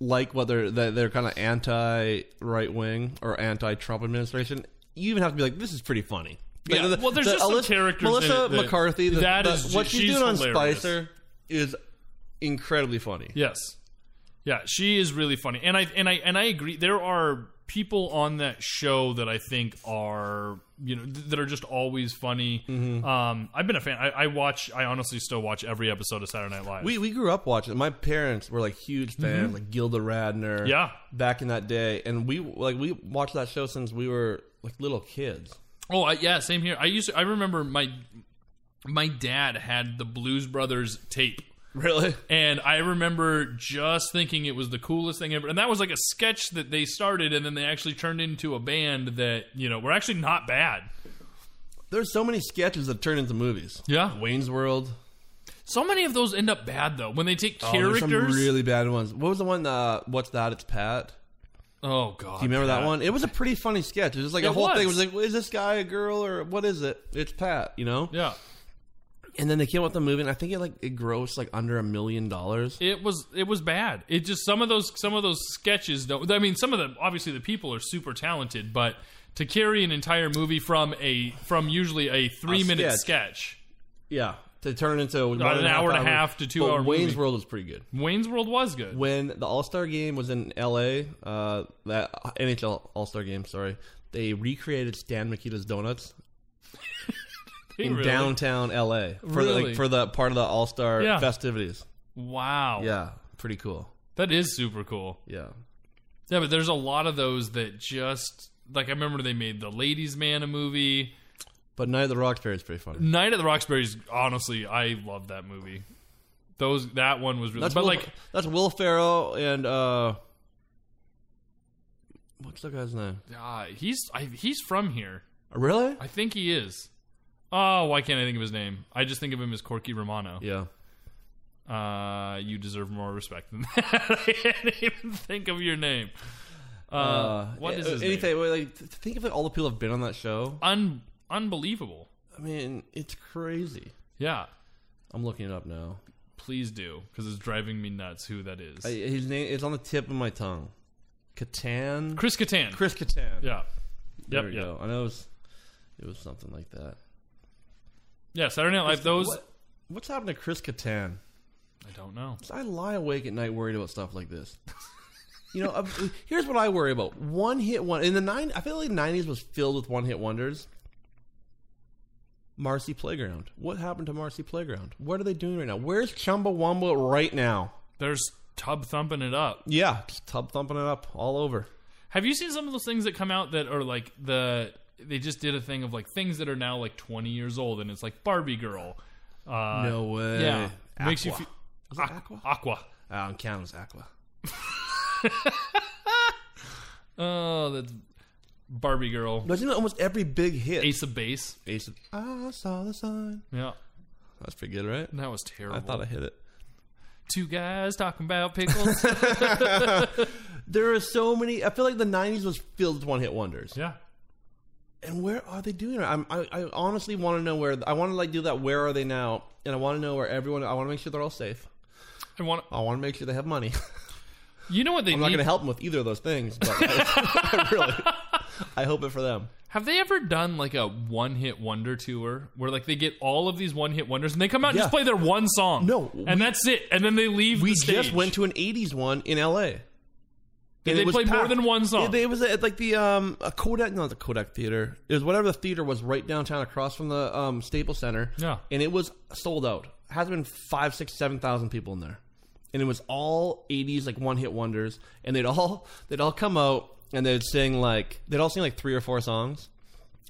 [SPEAKER 4] like whether they're, they're kind of anti right wing or anti Trump administration, you even have to be like, this is pretty funny. Like,
[SPEAKER 2] Yeah, well, there's just some characters in
[SPEAKER 4] Melissa
[SPEAKER 2] it that-
[SPEAKER 4] McCarthy. The,
[SPEAKER 2] that
[SPEAKER 4] the-
[SPEAKER 2] is ju-
[SPEAKER 4] what she's,
[SPEAKER 2] she's
[SPEAKER 4] doing on
[SPEAKER 2] hilarious.
[SPEAKER 4] Spicer is incredibly funny.
[SPEAKER 2] Yes. Yeah, she is really funny. And I and I and I agree there are people on that show that I think are you know th- that are just always funny. Um I've been a fan. I, I watch I honestly still watch every episode of Saturday Night Live.
[SPEAKER 4] We we grew up watching. it. My parents were like huge fans, like Gilda Radner.
[SPEAKER 2] Mm-hmm. Yeah.
[SPEAKER 4] back in that day, and we like we watched that show since we were like little kids.
[SPEAKER 2] oh, I, yeah, same here. I used to, I remember my my dad had the Blues Brothers tape.
[SPEAKER 4] Really?
[SPEAKER 2] And I remember just thinking it was the coolest thing ever. And that was like a sketch that they started and then they actually turned into a band that, you know, were actually not bad.
[SPEAKER 4] There's so many sketches that turn into movies.
[SPEAKER 2] Yeah.
[SPEAKER 4] Wayne's World.
[SPEAKER 2] So many of those end up bad though. When they take
[SPEAKER 4] Oh, there's
[SPEAKER 2] characters,
[SPEAKER 4] some really bad ones. What was the one? Uh, What's that? It's Pat.
[SPEAKER 2] oh god,
[SPEAKER 4] Do you remember that one? It was a pretty funny sketch. It was like
[SPEAKER 2] It
[SPEAKER 4] a whole thing. It
[SPEAKER 2] was.
[SPEAKER 4] was like, is this guy a girl or what is it? It's Pat. You know.
[SPEAKER 2] Yeah,
[SPEAKER 4] And then they came out with the movie, and I think it like it grossed like under a million dollars.
[SPEAKER 2] it was it was bad. It just some of those some of those sketches don't. I mean, some of them obviously the people are super talented, but to carry an entire movie from a from usually a three minute sketch.
[SPEAKER 4] Yeah. To turn into one
[SPEAKER 2] an
[SPEAKER 4] and a
[SPEAKER 2] hour and a
[SPEAKER 4] hour.
[SPEAKER 2] half to two
[SPEAKER 4] But
[SPEAKER 2] hour
[SPEAKER 4] Wayne's
[SPEAKER 2] movie.
[SPEAKER 4] World was pretty good.
[SPEAKER 2] Wayne's World was good.
[SPEAKER 4] When the All Star Game was in L.A., uh, that NHL All Star Game, sorry, they recreated Stan Mikita's donuts
[SPEAKER 2] Hey,
[SPEAKER 4] in
[SPEAKER 2] really?
[SPEAKER 4] downtown L.A. for the,
[SPEAKER 2] Really?
[SPEAKER 4] like, for the part of the All Star
[SPEAKER 2] Yeah.
[SPEAKER 4] festivities.
[SPEAKER 2] Wow,
[SPEAKER 4] Yeah, pretty cool.
[SPEAKER 2] that is super cool.
[SPEAKER 4] Yeah,
[SPEAKER 2] Yeah, but there's a lot of those that just like I remember they made the Ladies Man a movie.
[SPEAKER 4] but Night of the Roxbury is pretty funny.
[SPEAKER 2] Night at the Roxbury's. Honestly, I love that movie. Those that one was really,
[SPEAKER 4] That's
[SPEAKER 2] but
[SPEAKER 4] Will,
[SPEAKER 2] like
[SPEAKER 4] that's Will Ferrell and uh, what's the guy's name?
[SPEAKER 2] uh, he's I, he's from here.
[SPEAKER 4] Really?
[SPEAKER 2] I think he is. Oh, why can't I think of his name? I just think of him as Corky Romano.
[SPEAKER 4] Yeah.
[SPEAKER 2] Uh, you deserve more respect than that. I can't even think of your name. Uh, what is his
[SPEAKER 4] anything?
[SPEAKER 2] name?
[SPEAKER 4] well, Like, th- think of all the people have been on that show.
[SPEAKER 2] Un- unbelievable.
[SPEAKER 4] I mean, it's crazy.
[SPEAKER 2] Yeah,
[SPEAKER 4] I'm looking it up now.
[SPEAKER 2] please do because it's driving me nuts. Who that is?
[SPEAKER 4] I, his name is on the tip of my tongue. Catan.
[SPEAKER 2] Chris Kattan.
[SPEAKER 4] Chris Catan.
[SPEAKER 2] Yeah.
[SPEAKER 4] There
[SPEAKER 2] Yep.
[SPEAKER 4] we
[SPEAKER 2] Yep.
[SPEAKER 4] go. I know it was, it was something like that.
[SPEAKER 2] Yeah. Saturday Night Live. Those.
[SPEAKER 4] What- what's happened to Chris Catan?
[SPEAKER 2] I don't know.
[SPEAKER 4] I lie awake at night worried about stuff like this. You know, uh, here's what I worry about: one hit one in the nine. I feel like the '90s was filled with one hit wonders. Marcy Playground. What happened to Marcy Playground? What are they doing right now? Where's Chumbawamba right now?
[SPEAKER 2] There's Tub thumping it up.
[SPEAKER 4] Yeah, just tub thumping it up all over.
[SPEAKER 2] Have you seen some of those things that come out that are like the they just did a thing of like things that are now like 20 years old and it's like Barbie girl. Uh,
[SPEAKER 4] No way.
[SPEAKER 2] Yeah.
[SPEAKER 4] Aqua.
[SPEAKER 2] Makes you feel
[SPEAKER 4] Was it
[SPEAKER 2] Eh, Aqua.
[SPEAKER 4] Aqua?
[SPEAKER 2] Aqua.
[SPEAKER 4] I don't count as Aqua.
[SPEAKER 2] Oh, that's Barbie girl.
[SPEAKER 4] But you know, almost every big hit.
[SPEAKER 2] Ace of Base.
[SPEAKER 4] Ace of- I saw the sign.
[SPEAKER 2] Yeah.
[SPEAKER 4] That's pretty good, right?
[SPEAKER 2] That was terrible.
[SPEAKER 4] I thought I hit it.
[SPEAKER 2] Two guys talking about pickles.
[SPEAKER 4] There are so many. I feel like the '90s was filled with one-hit wonders.
[SPEAKER 2] yeah.
[SPEAKER 4] and where are they doing it? I'm, I, I honestly want to know where I want to like do that. Where are they now? And I want to know where everyone. I want to make sure they're all safe.
[SPEAKER 2] I want
[SPEAKER 4] I want to make sure they have money.
[SPEAKER 2] You know what they
[SPEAKER 4] I'm
[SPEAKER 2] need?
[SPEAKER 4] not going to help them with either of those things, but I, I really, I hope it for them.
[SPEAKER 2] Have they ever done like a one-hit wonder tour where like they get all of these one-hit wonders and they come out and
[SPEAKER 4] Yeah.
[SPEAKER 2] just play their one song?
[SPEAKER 4] No,
[SPEAKER 2] and
[SPEAKER 4] we-
[SPEAKER 2] that's it. And then they leave.
[SPEAKER 4] We
[SPEAKER 2] the stage.
[SPEAKER 4] just went to an '80s one in LA.
[SPEAKER 2] Did
[SPEAKER 4] And
[SPEAKER 2] they
[SPEAKER 4] it was
[SPEAKER 2] play more
[SPEAKER 4] packed.
[SPEAKER 2] than one song?
[SPEAKER 4] It, it was at like the um a Kodak, not the Kodak Theater. It was whatever the theater was right downtown, across from the um Staples Center.
[SPEAKER 2] Yeah.
[SPEAKER 4] and it was sold out. Has been five, six, seven thousand people in there, and it was all '80s like one hit wonders. And they'd all they'd all come out and they'd sing like they'd all sing like three or four songs.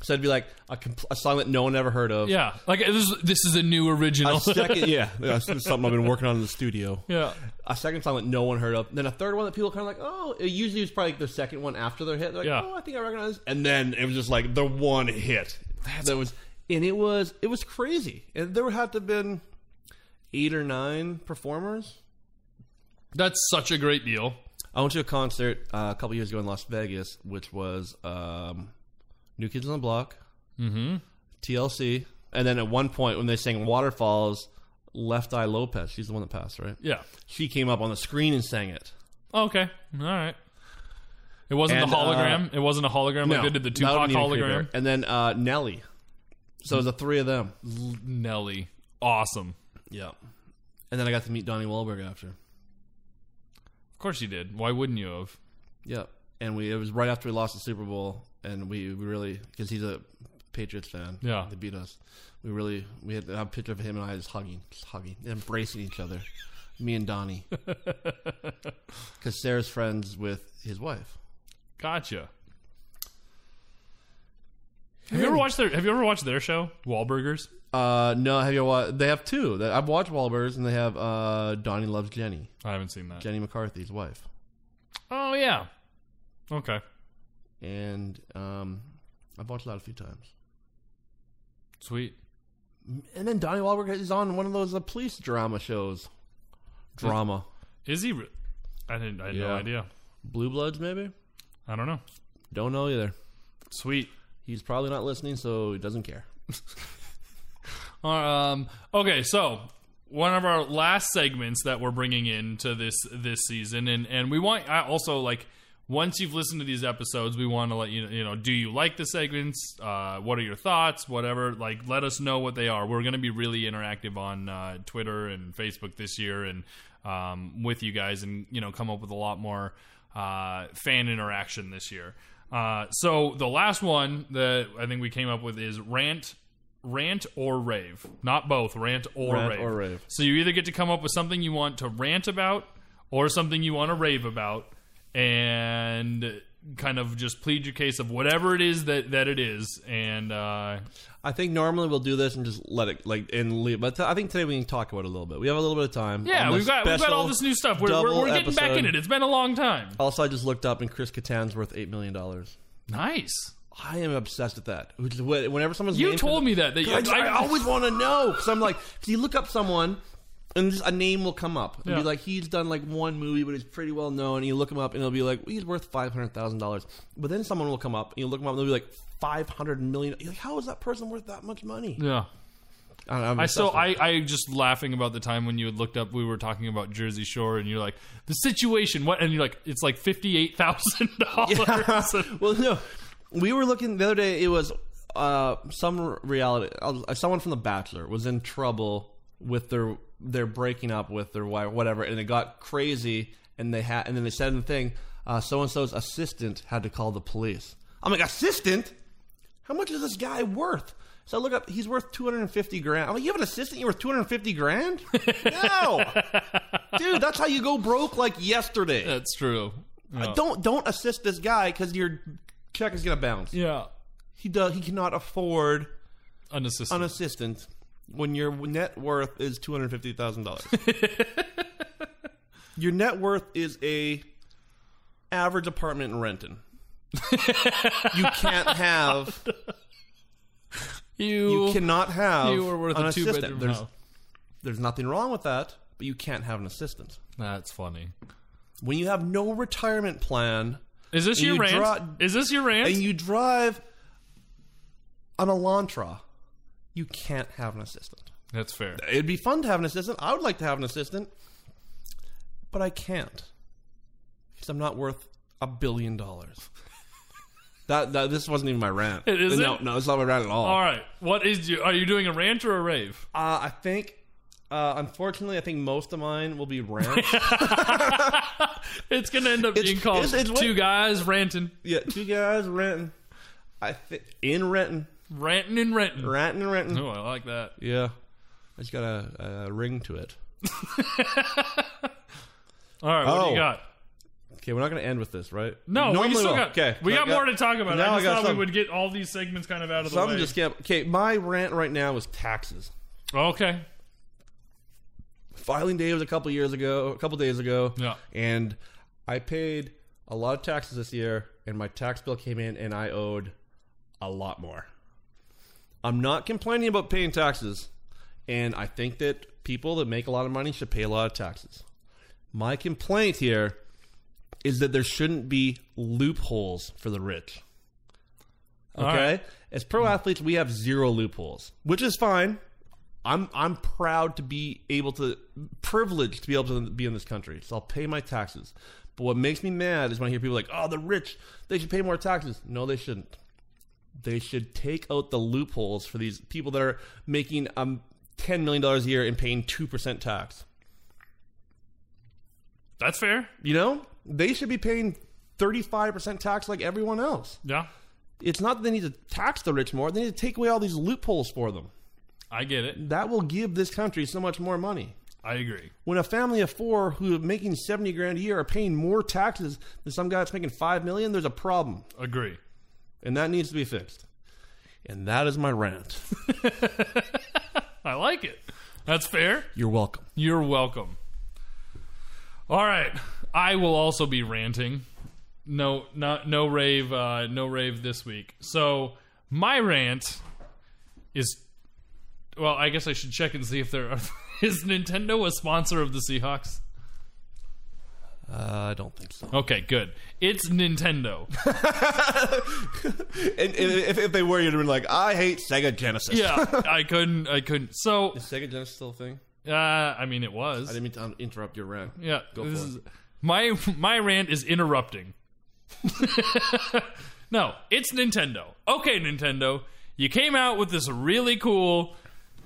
[SPEAKER 4] So it'd be like a, compl- a song that no one ever heard of.
[SPEAKER 2] Yeah, like this is this is a new original.
[SPEAKER 4] A second, yeah, that's something I've been working on in the studio
[SPEAKER 2] yeah,
[SPEAKER 4] a second song that no one heard of, then a third one that people kind of like, oh, it usually was probably like their second one after their hit. They're like,
[SPEAKER 2] Yeah.
[SPEAKER 4] oh, I think I recognize. this. And then it was just like the one hit that was, and it was it was crazy. And there had to have been eight or nine performers.
[SPEAKER 2] that's such a great deal.
[SPEAKER 4] I went to a concert uh, a couple years ago in Las Vegas, which was um, New Kids on the Block, mm-hmm. TLC, and then at one point when they sang Waterfalls, Left Eye Lopez, she's the one that passed, right?
[SPEAKER 2] Yeah.
[SPEAKER 4] She came up on the screen and sang it.
[SPEAKER 2] Oh, Okay. All right. It wasn't
[SPEAKER 4] And, uh,
[SPEAKER 2] a hologram. it wasn't a hologram like they did the
[SPEAKER 4] that
[SPEAKER 2] Tupac
[SPEAKER 4] would've been even
[SPEAKER 2] hologram.
[SPEAKER 4] creepier. And then uh, Nelly. So it was the three of them.
[SPEAKER 2] Nelly, awesome.
[SPEAKER 4] Yeah. And then I got to meet Donnie Wahlberg after.
[SPEAKER 2] Of course you did. Why wouldn't you have?
[SPEAKER 4] Yeah. And we it was right after we lost the Super Bowl, and we, we really because he's a Patriots fan.
[SPEAKER 2] Yeah.
[SPEAKER 4] They beat us. We really we had a picture of him and I just hugging, just hugging, embracing each other. Me and Donnie. Because Sarah's friends with his wife.
[SPEAKER 2] Gotcha. Have you ever watched their Have you ever watched their show, Wahlburgers?
[SPEAKER 4] Uh, no, have you watched? They have two. I've watched Wahlberg's, and they have uh, Donnie loves Jenny,
[SPEAKER 2] I haven't seen that.
[SPEAKER 4] Jenny McCarthy's wife.
[SPEAKER 2] Oh yeah. Okay.
[SPEAKER 4] and um, I've watched that a few times.
[SPEAKER 2] Sweet.
[SPEAKER 4] And then Donnie Wahlberg is on one of those uh, police drama shows. Drama,
[SPEAKER 2] Is he? Re- I didn't. I had no
[SPEAKER 4] Yeah.
[SPEAKER 2] idea.
[SPEAKER 4] Blue Bloods, maybe.
[SPEAKER 2] I don't know.
[SPEAKER 4] Don't know either.
[SPEAKER 2] Sweet.
[SPEAKER 4] He's probably not listening, so he doesn't care.
[SPEAKER 2] Um, okay, so one of our last segments that we're bringing into this this season, and and we want I also like once you've listened to these episodes, we want to let you you know do you like the segments? Uh, what are your thoughts? Whatever, like let us know what they are. We're going to be really interactive on uh, Twitter and Facebook this year, and um, with you guys, and you know come up with a lot more uh, fan interaction this year. Uh, so the last one that I think we came up with is rant rant or rave not both rant or
[SPEAKER 4] Rant
[SPEAKER 2] rave
[SPEAKER 4] or rave.
[SPEAKER 2] so you either get to come up with something you want to rant about or something you want to rave about and kind of just plead your case of whatever it is that that it is and uh
[SPEAKER 4] I think normally we'll do this and just let it like and leave. But I think today we can talk about it a little bit. We have a little bit of time.
[SPEAKER 2] yeah
[SPEAKER 4] on
[SPEAKER 2] we've got we've got
[SPEAKER 4] special
[SPEAKER 2] all this new stuff we're, we're,
[SPEAKER 4] double
[SPEAKER 2] we're getting back
[SPEAKER 4] episode.
[SPEAKER 2] in it it's been a long time
[SPEAKER 4] Also, I just looked up, and Chris Kattan's worth eight million dollars.
[SPEAKER 2] nice
[SPEAKER 4] I am obsessed with that. Which- when- Whenever someone's
[SPEAKER 2] You
[SPEAKER 4] name
[SPEAKER 2] told
[SPEAKER 4] comes-
[SPEAKER 2] me that, that you-
[SPEAKER 4] I, just- I
[SPEAKER 2] I-
[SPEAKER 4] always want to know because I'm like, because you look up someone. And just a name will come up. And
[SPEAKER 2] Yeah.
[SPEAKER 4] be like, he's done like one movie, but he's pretty well known. And you look him up, and it'll be like, he's worth five hundred thousand dollars. But then someone will come up, and you look him up, and they'll be like, five hundred million. You're like, how is that person worth that much money?
[SPEAKER 2] Yeah.
[SPEAKER 4] I, I'm
[SPEAKER 2] I still,
[SPEAKER 4] obsessed with
[SPEAKER 2] I, I just laughing about the time when you had looked up, we were talking about Jersey Shore, and you're like, the situation, what? And you're like, it's like $58,000.
[SPEAKER 4] well, no, we were looking the other day. It was uh, some reality. Uh, someone from The Bachelor was in trouble with their their breaking up with their wife, whatever, and it got crazy. And they had, and then they said in the thing, so and so's assistant had to call the police. I'm like, assistant? How much is this guy worth? So I look up. He's worth 250 grand. I'm like, you have an assistant. You're worth 250 grand? No, dude, that's how you go broke like yesterday.
[SPEAKER 2] That's true. Oh.
[SPEAKER 4] Uh, don't don't assist this guy because your check is gonna bounce.
[SPEAKER 2] Yeah.
[SPEAKER 4] He does. He cannot afford
[SPEAKER 2] Unassisted.
[SPEAKER 4] an assistant when your net worth is two hundred fifty thousand dollars. your net worth is a average apartment in Renton. you can't have.
[SPEAKER 2] you,
[SPEAKER 4] You cannot have.
[SPEAKER 2] you were worth
[SPEAKER 4] an
[SPEAKER 2] a two
[SPEAKER 4] assistant.
[SPEAKER 2] bedroom
[SPEAKER 4] There's,
[SPEAKER 2] house.
[SPEAKER 4] there's nothing wrong with that, but you can't have an assistant
[SPEAKER 2] That's funny.
[SPEAKER 4] when you have no retirement plan.
[SPEAKER 2] Is this
[SPEAKER 4] And
[SPEAKER 2] your
[SPEAKER 4] you
[SPEAKER 2] rant?
[SPEAKER 4] draw-
[SPEAKER 2] Is this your rant?
[SPEAKER 4] and you drive an Elantra, you can't have an assistant.
[SPEAKER 2] That's fair.
[SPEAKER 4] It'd be fun to have an assistant. I would like to have an assistant, but I can't because I'm not worth a billion dollars. That, that this wasn't even my rant.
[SPEAKER 2] It isn't?
[SPEAKER 4] No, no, it's not my rant at all.
[SPEAKER 2] All right. What is you? Are you doing a rant or a rave?
[SPEAKER 4] Uh, I think, uh, unfortunately, I think most of mine will be rants.
[SPEAKER 2] It's gonna end up
[SPEAKER 4] It's-
[SPEAKER 2] being called
[SPEAKER 4] it's- it's what-
[SPEAKER 2] two guys ranting,
[SPEAKER 4] yeah, two guys renting. I thi- in renting,
[SPEAKER 2] ranting and ranting.
[SPEAKER 4] ranting and renting.
[SPEAKER 2] Oh, I like that.
[SPEAKER 4] Yeah, it's got a, a ring to it.
[SPEAKER 2] All right. What do
[SPEAKER 4] Oh.
[SPEAKER 2] you got?
[SPEAKER 4] Okay, we're not going to end with this, right?
[SPEAKER 2] No, we
[SPEAKER 4] Normally
[SPEAKER 2] still
[SPEAKER 4] will.
[SPEAKER 2] got.
[SPEAKER 4] Okay,
[SPEAKER 2] we
[SPEAKER 4] I
[SPEAKER 2] got, more to talk about.
[SPEAKER 4] now
[SPEAKER 2] I just
[SPEAKER 4] got
[SPEAKER 2] thought
[SPEAKER 4] some.
[SPEAKER 2] we would get all these segments kind of out of the
[SPEAKER 4] Some
[SPEAKER 2] way.
[SPEAKER 4] just can't. Okay, my rant right now is taxes.
[SPEAKER 2] okay.
[SPEAKER 4] Filing day was a couple years ago, a couple days ago.
[SPEAKER 2] Yeah.
[SPEAKER 4] and I paid a lot of taxes this year, and my tax bill came in, and I owed a lot more. I'm not complaining about paying taxes, and I think that people that make a lot of money should pay a lot of taxes. My complaint here is that there shouldn't be loopholes for the rich. Okay?
[SPEAKER 2] right.
[SPEAKER 4] As pro athletes, we have zero loopholes, which is fine. I'm I'm proud to be able to privileged to be able to be in this country. So I'll pay my taxes. But what makes me mad is when I hear people like, "Oh, the rich, they should pay more taxes." No, they shouldn't. They should take out the loopholes for these people that are making um ten million dollars a year and paying two percent tax.
[SPEAKER 2] That's fair.
[SPEAKER 4] You know, they should be paying thirty five percent tax like everyone else.
[SPEAKER 2] Yeah.
[SPEAKER 4] It's not that they need to tax the rich more; they need to take away all these loopholes for them.
[SPEAKER 2] I get it.
[SPEAKER 4] That will give this country so much more money.
[SPEAKER 2] I agree.
[SPEAKER 4] when a family of four who are making 70 grand a year are paying more taxes than some guy that's making 5 million there's a problem
[SPEAKER 2] Agree.
[SPEAKER 4] and that needs to be fixed and that is my rant
[SPEAKER 2] I like it. That's fair.
[SPEAKER 4] you're welcome
[SPEAKER 2] You're welcome. All right, I will also be ranting. No, not no rave, uh, no rave this week. So my rant is, well, I guess I should check and see if there are, is Nintendo a sponsor of the Seahawks.
[SPEAKER 4] uh, i don't think so
[SPEAKER 2] Okay, good. It's Nintendo.
[SPEAKER 4] and, and if, if they were you'd have been like i hate sega genesis
[SPEAKER 2] Yeah, I couldn't. I couldn't. So,
[SPEAKER 4] is sega genesis still a thing
[SPEAKER 2] uh, I mean, it
[SPEAKER 4] i
[SPEAKER 2] was.
[SPEAKER 4] didn't mean to un- interrupt your rant
[SPEAKER 2] Yeah,
[SPEAKER 4] Go
[SPEAKER 2] this
[SPEAKER 4] for
[SPEAKER 2] is
[SPEAKER 4] it.
[SPEAKER 2] my my rant is interrupting. no, it's Nintendo. Okay, Nintendo, you came out with this really cool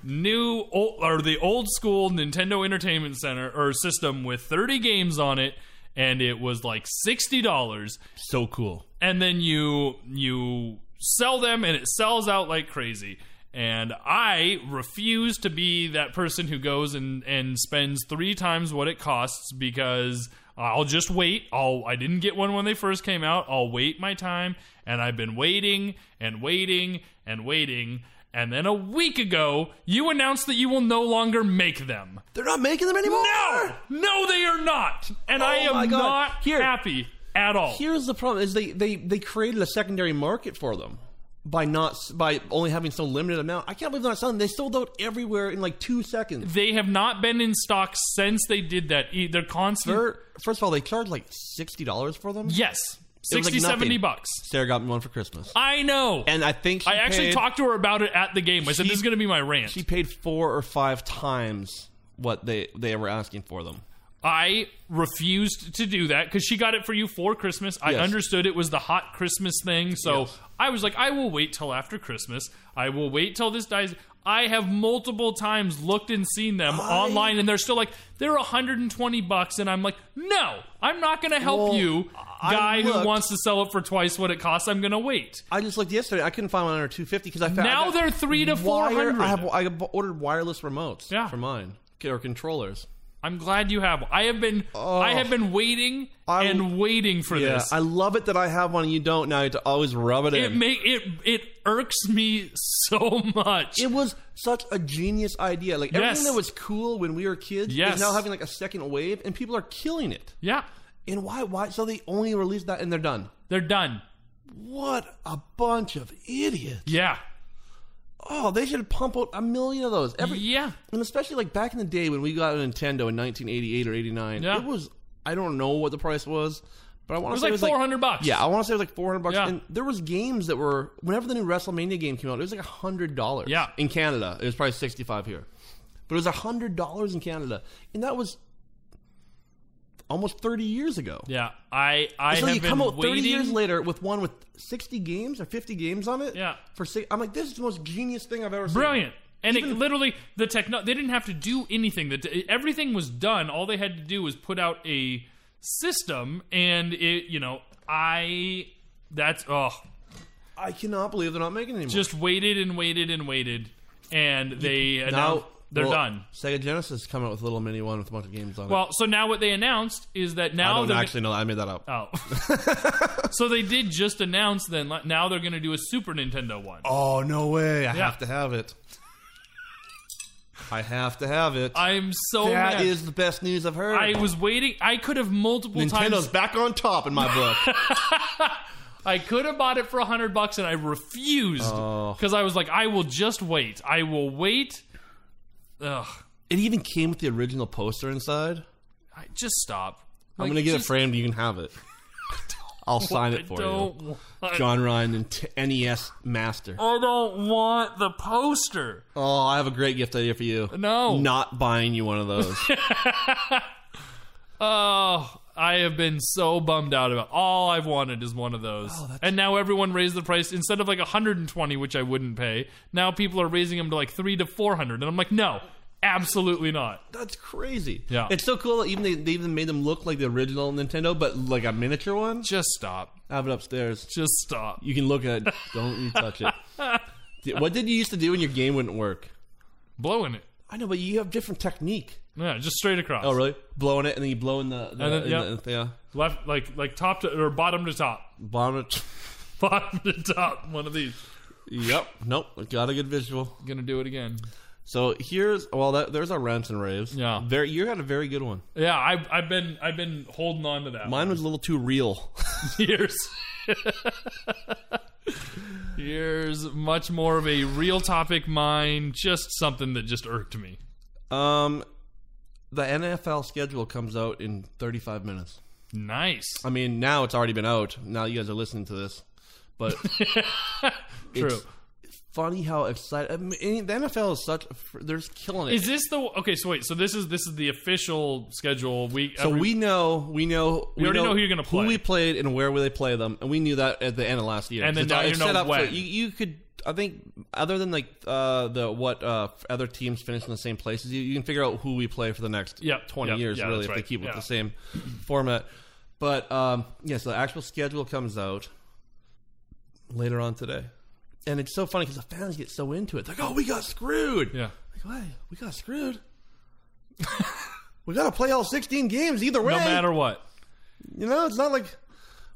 [SPEAKER 2] new old, or the old school Nintendo Entertainment Center or system with 30 games on it and it was like $60
[SPEAKER 4] so cool
[SPEAKER 2] and then you you sell them and it sells out like crazy and i refuse to be that person who goes and and spends three times what it costs because i'll just wait i'll i didn't get one when they first came out i'll wait my time and i've been waiting and waiting and waiting and then a week ago you announced that you will no longer make them
[SPEAKER 4] they're not making them anymore
[SPEAKER 2] no no they are not and i
[SPEAKER 4] Oh my
[SPEAKER 2] am
[SPEAKER 4] God.
[SPEAKER 2] not
[SPEAKER 4] Here.
[SPEAKER 2] happy at all.
[SPEAKER 4] Here's the problem: is they, they they created a secondary market for them by not s- by only having so limited amount. I can't believe they're not selling. They sold out everywhere in like two seconds.
[SPEAKER 2] they have not been in stock since they did that. E- They're constant.
[SPEAKER 4] They're, first of all, they charged like sixty dollars for them.
[SPEAKER 2] yes,
[SPEAKER 4] It was
[SPEAKER 2] 60,
[SPEAKER 4] like
[SPEAKER 2] 70
[SPEAKER 4] nothing.
[SPEAKER 2] bucks.
[SPEAKER 4] Sarah got me one for Christmas,
[SPEAKER 2] I know.
[SPEAKER 4] and I think she
[SPEAKER 2] I actually
[SPEAKER 4] paid-
[SPEAKER 2] talked to her about it at the game. I said,
[SPEAKER 4] She-
[SPEAKER 2] "This is going to be my rant."
[SPEAKER 4] She paid four or five times what they they were asking for them.
[SPEAKER 2] I refused to do that because she got it for you for Christmas. I
[SPEAKER 4] Yes.
[SPEAKER 2] understood it was the hot Christmas thing, so I was like, I will wait till after Christmas. I will wait till this dies. I have multiple times looked and seen them online, and they're still like they're 120 bucks, and I'm like, no, I'm not going to help
[SPEAKER 4] Well,
[SPEAKER 2] you,
[SPEAKER 4] I
[SPEAKER 2] guy who
[SPEAKER 4] looked-
[SPEAKER 2] wants to sell it for twice what it costs. I'm going to wait.
[SPEAKER 4] I just looked yesterday. I couldn't find one under two fifty because I found
[SPEAKER 2] Now
[SPEAKER 4] I got
[SPEAKER 2] they're three to
[SPEAKER 4] wire-
[SPEAKER 2] 400.
[SPEAKER 4] I have I b- ordered wireless remotes
[SPEAKER 2] Yeah.
[SPEAKER 4] for mine or controllers.
[SPEAKER 2] I'm glad you have. I have been I have been waiting
[SPEAKER 4] Oh. I-
[SPEAKER 2] and waiting for this.
[SPEAKER 4] I love it that I have one and you don't. Now you have to always rub it,
[SPEAKER 2] it
[SPEAKER 4] in.
[SPEAKER 2] make it it irks me so much.
[SPEAKER 4] it was such a genius idea. Like
[SPEAKER 2] Yes.
[SPEAKER 4] everything that was cool when we were kids
[SPEAKER 2] Yes.
[SPEAKER 4] is now having like a second wave, and people are killing it.
[SPEAKER 2] yeah,
[SPEAKER 4] And why? Why? So they only released that, and they're done.
[SPEAKER 2] they're done.
[SPEAKER 4] What a bunch of idiots!
[SPEAKER 2] Yeah,
[SPEAKER 4] Oh, they should pump out a million of those. Every
[SPEAKER 2] yeah,
[SPEAKER 4] and especially like back in the day when we got a Nintendo in 1988 or 89,
[SPEAKER 2] Yeah.
[SPEAKER 4] it was I don't know what the price was, but I want
[SPEAKER 2] it
[SPEAKER 4] to
[SPEAKER 2] was
[SPEAKER 4] say
[SPEAKER 2] like
[SPEAKER 4] it was
[SPEAKER 2] four hundred bucks.
[SPEAKER 4] Yeah, I want to say it was like 400 bucks
[SPEAKER 2] Yeah.
[SPEAKER 4] and there was games that were whenever the new WrestleMania game came out, it was like $100.
[SPEAKER 2] Yeah.
[SPEAKER 4] In Canada, it was probably 65 here. But it was $100 in Canada, and that was almost 30 years ago.
[SPEAKER 2] yeah. I I
[SPEAKER 4] So
[SPEAKER 2] have
[SPEAKER 4] you
[SPEAKER 2] been
[SPEAKER 4] come out 30
[SPEAKER 2] waiting.
[SPEAKER 4] years later with one with 60 games or 50 games on it.
[SPEAKER 2] Yeah.
[SPEAKER 4] For six, I'm like, this is the most genius thing I've ever seen.
[SPEAKER 2] Brilliant. And it literally the techno they didn't have to do anything. That everything was done. All they had to do was put out a system, and it you know I that's oh
[SPEAKER 4] I cannot believe they're not making it anymore.
[SPEAKER 2] just waited and waited and waited, and they announced they're
[SPEAKER 4] well,
[SPEAKER 2] done.
[SPEAKER 4] Sega Genesis come out with a little mini one with a bunch of games on
[SPEAKER 2] Well, so now what they announced is that
[SPEAKER 4] it. I
[SPEAKER 2] now
[SPEAKER 4] don't
[SPEAKER 2] they're-
[SPEAKER 4] actually know. that. I made that up.
[SPEAKER 2] Oh. so they did just announce then like, now they're going to do a Super Nintendo one.
[SPEAKER 4] Oh no way! I have to have it. I have to have it.
[SPEAKER 2] I'm so
[SPEAKER 4] That
[SPEAKER 2] mad.
[SPEAKER 4] is the best news I've heard.
[SPEAKER 2] I was waiting. I could have multiple
[SPEAKER 4] Nintendo's
[SPEAKER 2] times.
[SPEAKER 4] back on top in my book.
[SPEAKER 2] I could have bought it for 100 bucks and I refused
[SPEAKER 4] Oh.
[SPEAKER 2] cuz I was like I will just wait. I will wait. Ugh.
[SPEAKER 4] it even came with the original poster inside.
[SPEAKER 2] I just stop.
[SPEAKER 4] I'm
[SPEAKER 2] Like,
[SPEAKER 4] gonna get
[SPEAKER 2] just-
[SPEAKER 4] it framed. You can have it. I'll sign
[SPEAKER 2] I
[SPEAKER 4] it for
[SPEAKER 2] don't
[SPEAKER 4] you.
[SPEAKER 2] want-
[SPEAKER 4] John Ryan and t- NES Master.
[SPEAKER 2] I don't want the poster.
[SPEAKER 4] Oh, I have a great gift idea for you.
[SPEAKER 2] No.
[SPEAKER 4] Not buying you one of those.
[SPEAKER 2] Oh, I have been so bummed out about. All I've wanted is one of those. and now everyone raised the price instead of like 120, which I wouldn't pay. Now people are raising them to like 3 to 400 and I'm like, "No, absolutely not."
[SPEAKER 4] That's crazy.
[SPEAKER 2] Yeah.
[SPEAKER 4] It's so cool. that Even they, they even made them look like the original Nintendo, but like a miniature one.
[SPEAKER 2] Just stop.
[SPEAKER 4] I have it upstairs.
[SPEAKER 2] Just stop.
[SPEAKER 4] You can look at it. Don't you touch it. Di- What did you used to do when your game wouldn't work?
[SPEAKER 2] Blowing it.
[SPEAKER 4] I know, but you have different technique.
[SPEAKER 2] Yeah, just straight across.
[SPEAKER 4] Oh, really? Blowing it and then you blow in the, the,
[SPEAKER 2] And then-
[SPEAKER 4] in
[SPEAKER 2] yeah.
[SPEAKER 4] the- yeah
[SPEAKER 2] Left like like top to or bottom to top.
[SPEAKER 4] bottom. It.
[SPEAKER 2] Bottom to top. One of these.
[SPEAKER 4] yep. Nope. Got a good visual.
[SPEAKER 2] Going to do it again.
[SPEAKER 4] So here's well, that, there's our rants and raves.
[SPEAKER 2] Yeah.
[SPEAKER 4] Very, you had a very good one.
[SPEAKER 2] Yeah, I I've been I've been holding on to that.
[SPEAKER 4] Mine was a little too real.
[SPEAKER 2] Here's Here's much more of a real topic mine, just something that just irked me.
[SPEAKER 4] um, the NFL schedule comes out in 35 minutes.
[SPEAKER 2] Nice.
[SPEAKER 4] I mean, now it's already been out. Now you guys are listening to this, but
[SPEAKER 2] True.
[SPEAKER 4] funny how excited I mean, the NFL is such. They're just killing it.
[SPEAKER 2] Is this the okay, so wait, so this is this is the official schedule week
[SPEAKER 4] so we know, we know, we,
[SPEAKER 2] already know who you're gonna play.
[SPEAKER 4] we played, and where they play them, and we knew that at the end of last year.
[SPEAKER 2] And then
[SPEAKER 4] It's-
[SPEAKER 2] now you
[SPEAKER 4] it's
[SPEAKER 2] know
[SPEAKER 4] set up
[SPEAKER 2] when.
[SPEAKER 4] So you, you could, I think, other than like uh, the what uh, other teams finish in the same places, you, you can figure out who we play for the next
[SPEAKER 2] Yep,
[SPEAKER 4] twenty
[SPEAKER 2] yep,
[SPEAKER 4] years,
[SPEAKER 2] yeah,
[SPEAKER 4] really,
[SPEAKER 2] that's
[SPEAKER 4] if they
[SPEAKER 2] right,
[SPEAKER 4] keep
[SPEAKER 2] yeah.
[SPEAKER 4] with the same format. But um, yeah, so the actual schedule comes out later on today. And it's so funny because the fans get so into it. They're like, oh, we got screwed.
[SPEAKER 2] Yeah.
[SPEAKER 4] Like, why? We got screwed. we got to play all 16 games either way.
[SPEAKER 2] No matter what.
[SPEAKER 4] You know, it's not like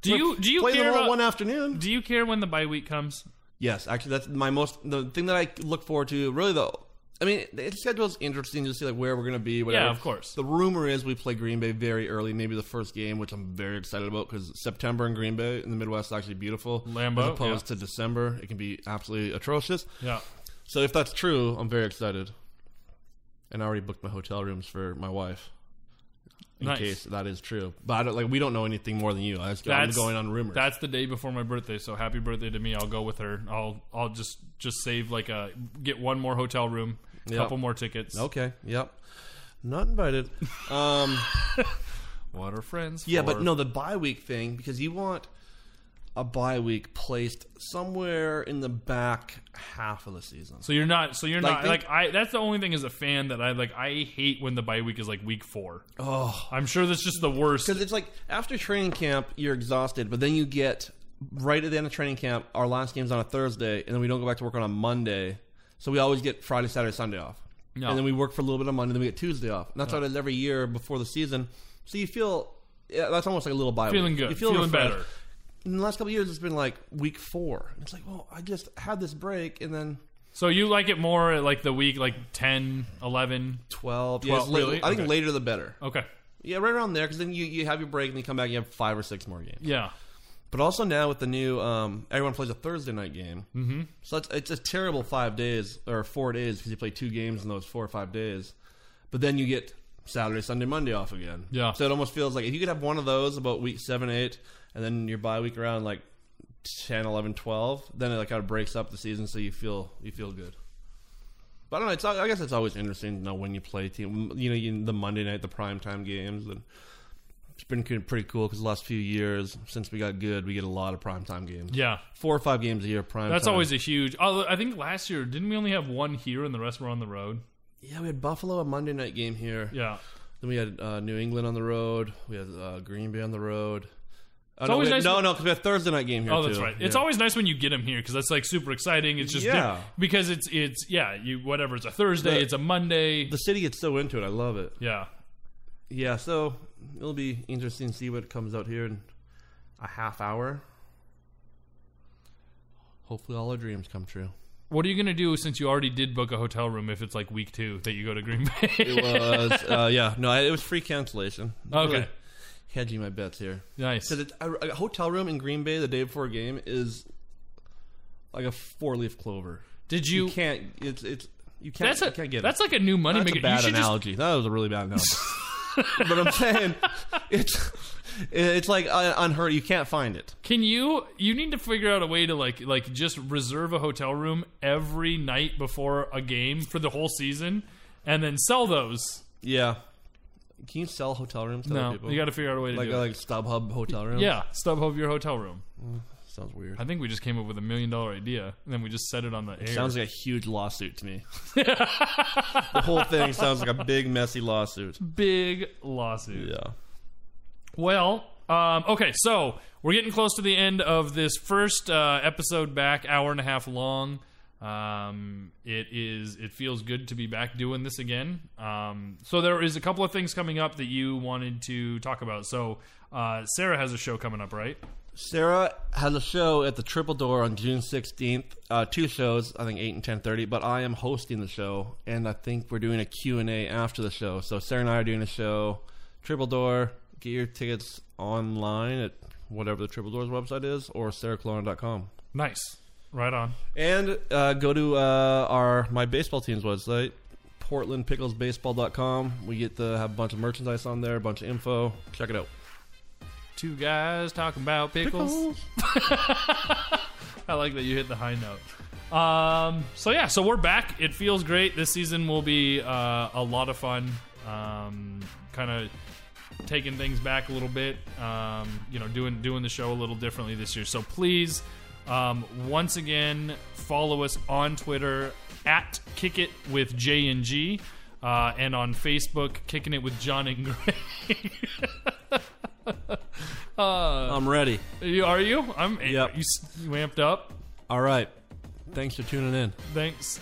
[SPEAKER 2] Do you do you
[SPEAKER 4] play
[SPEAKER 2] care
[SPEAKER 4] them all
[SPEAKER 2] about,
[SPEAKER 4] one afternoon.
[SPEAKER 2] do you care when the bye week comes?
[SPEAKER 4] Yes, actually, that's my most the thing that I look forward to. Really, the I mean, the schedule's interesting to see like where we're gonna be. Whatever.
[SPEAKER 2] of course.
[SPEAKER 4] The rumor is we play Green Bay very early, maybe the first game, which I'm very excited about because September in Green Bay in the Midwest is actually beautiful.
[SPEAKER 2] Lambeau,
[SPEAKER 4] as opposed to December, it can be absolutely atrocious.
[SPEAKER 2] Yeah.
[SPEAKER 4] So if that's true, I'm very excited. And I already booked my hotel rooms for my wife. In
[SPEAKER 2] Nice.
[SPEAKER 4] case that is true, but I don't, like we don't know anything more than you. I just, I'm
[SPEAKER 2] That's-
[SPEAKER 4] going on rumors.
[SPEAKER 2] That's the day before my birthday, so happy birthday to me. I'll go with her. I'll I'll just just save like a get one more hotel room,
[SPEAKER 4] Yeah.
[SPEAKER 2] couple more tickets.
[SPEAKER 4] okay. Yep. Not invited. Um.
[SPEAKER 2] What are friends?
[SPEAKER 4] Yeah,
[SPEAKER 2] for?
[SPEAKER 4] but no, the bye week thing because you want a bye week placed somewhere in the back half of the season.
[SPEAKER 2] So you're not. So you're
[SPEAKER 4] Like,
[SPEAKER 2] not.
[SPEAKER 4] think-
[SPEAKER 2] like I. That's the only thing as a fan that I like. I hate when the bye week is like week four.
[SPEAKER 4] Oh,
[SPEAKER 2] I'm sure that's just the worst.
[SPEAKER 4] because it's like after training camp, you're exhausted, but then you get right at the end of training camp. Our last game's on a Thursday, and then we don't go back to work on a Monday, so we always get Friday, Saturday, Sunday off,
[SPEAKER 2] No.
[SPEAKER 4] and then we work for a little bit on Monday, then we get Tuesday off. And that's how it is every year before the season. So you feel. Yeah, that's almost like a little bye
[SPEAKER 2] Feeling
[SPEAKER 4] week.
[SPEAKER 2] good.
[SPEAKER 4] You feel
[SPEAKER 2] Feeling
[SPEAKER 4] refreshed.
[SPEAKER 2] better.
[SPEAKER 4] in the last couple of years, it's been like week four. And It's like, well, I just had this break, and then
[SPEAKER 2] So you like it more at like the week like 10, 11.
[SPEAKER 4] 12.
[SPEAKER 2] Twelve,
[SPEAKER 4] yes, la-
[SPEAKER 2] really?
[SPEAKER 4] I think
[SPEAKER 2] Okay.
[SPEAKER 4] later the better.
[SPEAKER 2] Okay.
[SPEAKER 4] Yeah, right around there, because then you, you have your break, and you come back, and you have five or six more games.
[SPEAKER 2] Yeah.
[SPEAKER 4] But also now with the new, um, everyone plays a Thursday night game. Mm-hmm. So it's, it's a terrible five days, or four days, because you play two games in those four or five days. But then you get Saturday, Sunday, Monday off again.
[SPEAKER 2] Yeah.
[SPEAKER 4] So it almost feels like if you could have one of those about week seven, eight, and then your bye week around like 10, 11, 12, then it like kind of breaks up the season, so you feel you feel good. But I don't know. It's al- I guess it's always interesting to know when you play a team. You know, you, the Monday night, the prime time games, and it's been kind of pretty cool because the last few years since we got good, we get a lot of prime time games.
[SPEAKER 2] Yeah.
[SPEAKER 4] four or five games a year. Prime.
[SPEAKER 2] That's
[SPEAKER 4] time.
[SPEAKER 2] always a huge. Oh, I think last year didn't we only have one here and the rest were on the road?
[SPEAKER 4] yeah. We had Buffalo a Monday night game here.
[SPEAKER 2] Yeah.
[SPEAKER 4] Then we had uh, New England on the road. We had uh, Green Bay on the road. Oh,
[SPEAKER 2] It's
[SPEAKER 4] no,
[SPEAKER 2] always
[SPEAKER 4] we had-
[SPEAKER 2] nice
[SPEAKER 4] No,
[SPEAKER 2] when-
[SPEAKER 4] no, because we had Thursday night game here.
[SPEAKER 2] Oh, that's
[SPEAKER 4] too.
[SPEAKER 2] right. It's
[SPEAKER 4] Yeah.
[SPEAKER 2] always nice when you get them here because that's like super exciting. It's just
[SPEAKER 4] Yeah.
[SPEAKER 2] di- because it's it's yeah you whatever it's a Thursday,
[SPEAKER 4] The-
[SPEAKER 2] it's a Monday.
[SPEAKER 4] the city gets so into it. I love it.
[SPEAKER 2] yeah.
[SPEAKER 4] Yeah, so it'll be interesting to see what comes out here in a half hour. Hopefully, all our dreams come true.
[SPEAKER 2] What are you gonna do since you already did book a hotel room if it's like week two that you go to Green Bay?
[SPEAKER 4] It was, uh, yeah, no, it was free cancellation.
[SPEAKER 2] Okay.
[SPEAKER 4] Really hedging my bets here.
[SPEAKER 2] nice.
[SPEAKER 4] Because a, a hotel room in Green Bay the day before a game is like a four leaf clover.
[SPEAKER 2] Did
[SPEAKER 4] You,
[SPEAKER 2] you?
[SPEAKER 4] can't, it's, it's, you can't,
[SPEAKER 2] that's a
[SPEAKER 4] you can't get it.
[SPEAKER 2] that's like a new money
[SPEAKER 4] That's
[SPEAKER 2] maker.
[SPEAKER 4] a bad
[SPEAKER 2] you should just
[SPEAKER 4] analogy. That was a really bad analogy. but I'm saying it's it's like uh, unheard. You can't find it.
[SPEAKER 2] Can you you need to figure out a way to like like just reserve a hotel room every night before a game for the whole season and then sell those.
[SPEAKER 4] Yeah. Can you sell hotel rooms to
[SPEAKER 2] No,
[SPEAKER 4] other people?
[SPEAKER 2] you got to figure out a way to
[SPEAKER 4] like
[SPEAKER 2] do
[SPEAKER 4] a,
[SPEAKER 2] it.
[SPEAKER 4] like StubHub hotel room.
[SPEAKER 2] yeah, StubHub your hotel room.
[SPEAKER 4] sounds weird.
[SPEAKER 2] I think we just came up with a million dollar idea and then we just set it on the air.
[SPEAKER 4] Sounds like a huge lawsuit to me. the whole thing sounds like a big messy lawsuit.
[SPEAKER 2] big lawsuit.
[SPEAKER 4] Yeah.
[SPEAKER 2] Well, um, okay, so we're getting close to the end of this first uh, episode back, hour and a half long. Um, it is. It feels good to be back doing this again. Um, so there is a couple of things coming up that you wanted to talk about. So uh, Sarah has a show coming up, right?
[SPEAKER 4] Sarah has a show at the Triple Door on June 16th. Uh, two shows, I think 8 and 10:30, but I am hosting the show and I think we're doing a Q&A after the show. So Sarah and I are doing a show Triple Door. Get your tickets online at whatever the Triple Door's website is or sarahcloran.com.
[SPEAKER 2] Nice. Right on.
[SPEAKER 4] And uh, go to uh, our my baseball team's website, portlandpicklesbaseball.com. We get to have a bunch of merchandise on there, a bunch of info. Check it out.
[SPEAKER 2] Two guys talking about pickles. I like that you hit the high note. Um, so yeah, so we're back. It feels great. This season will be uh, a lot of fun. Um, kind of taking things back a little bit. Um, you know, doing doing the show a little differently this year. So please, um, once again, follow us on Twitter at Kick It with J and G, uh, and on Facebook, Kicking It with John and Greg.
[SPEAKER 4] I'm ready.
[SPEAKER 2] You- Are you? I'm.
[SPEAKER 4] Yep.
[SPEAKER 2] You, s- you amped up.
[SPEAKER 4] All right. Thanks for tuning in.
[SPEAKER 2] Thanks.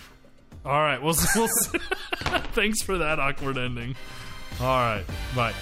[SPEAKER 2] All right. Well, we'll s- thanks for that awkward ending. All right. Bye.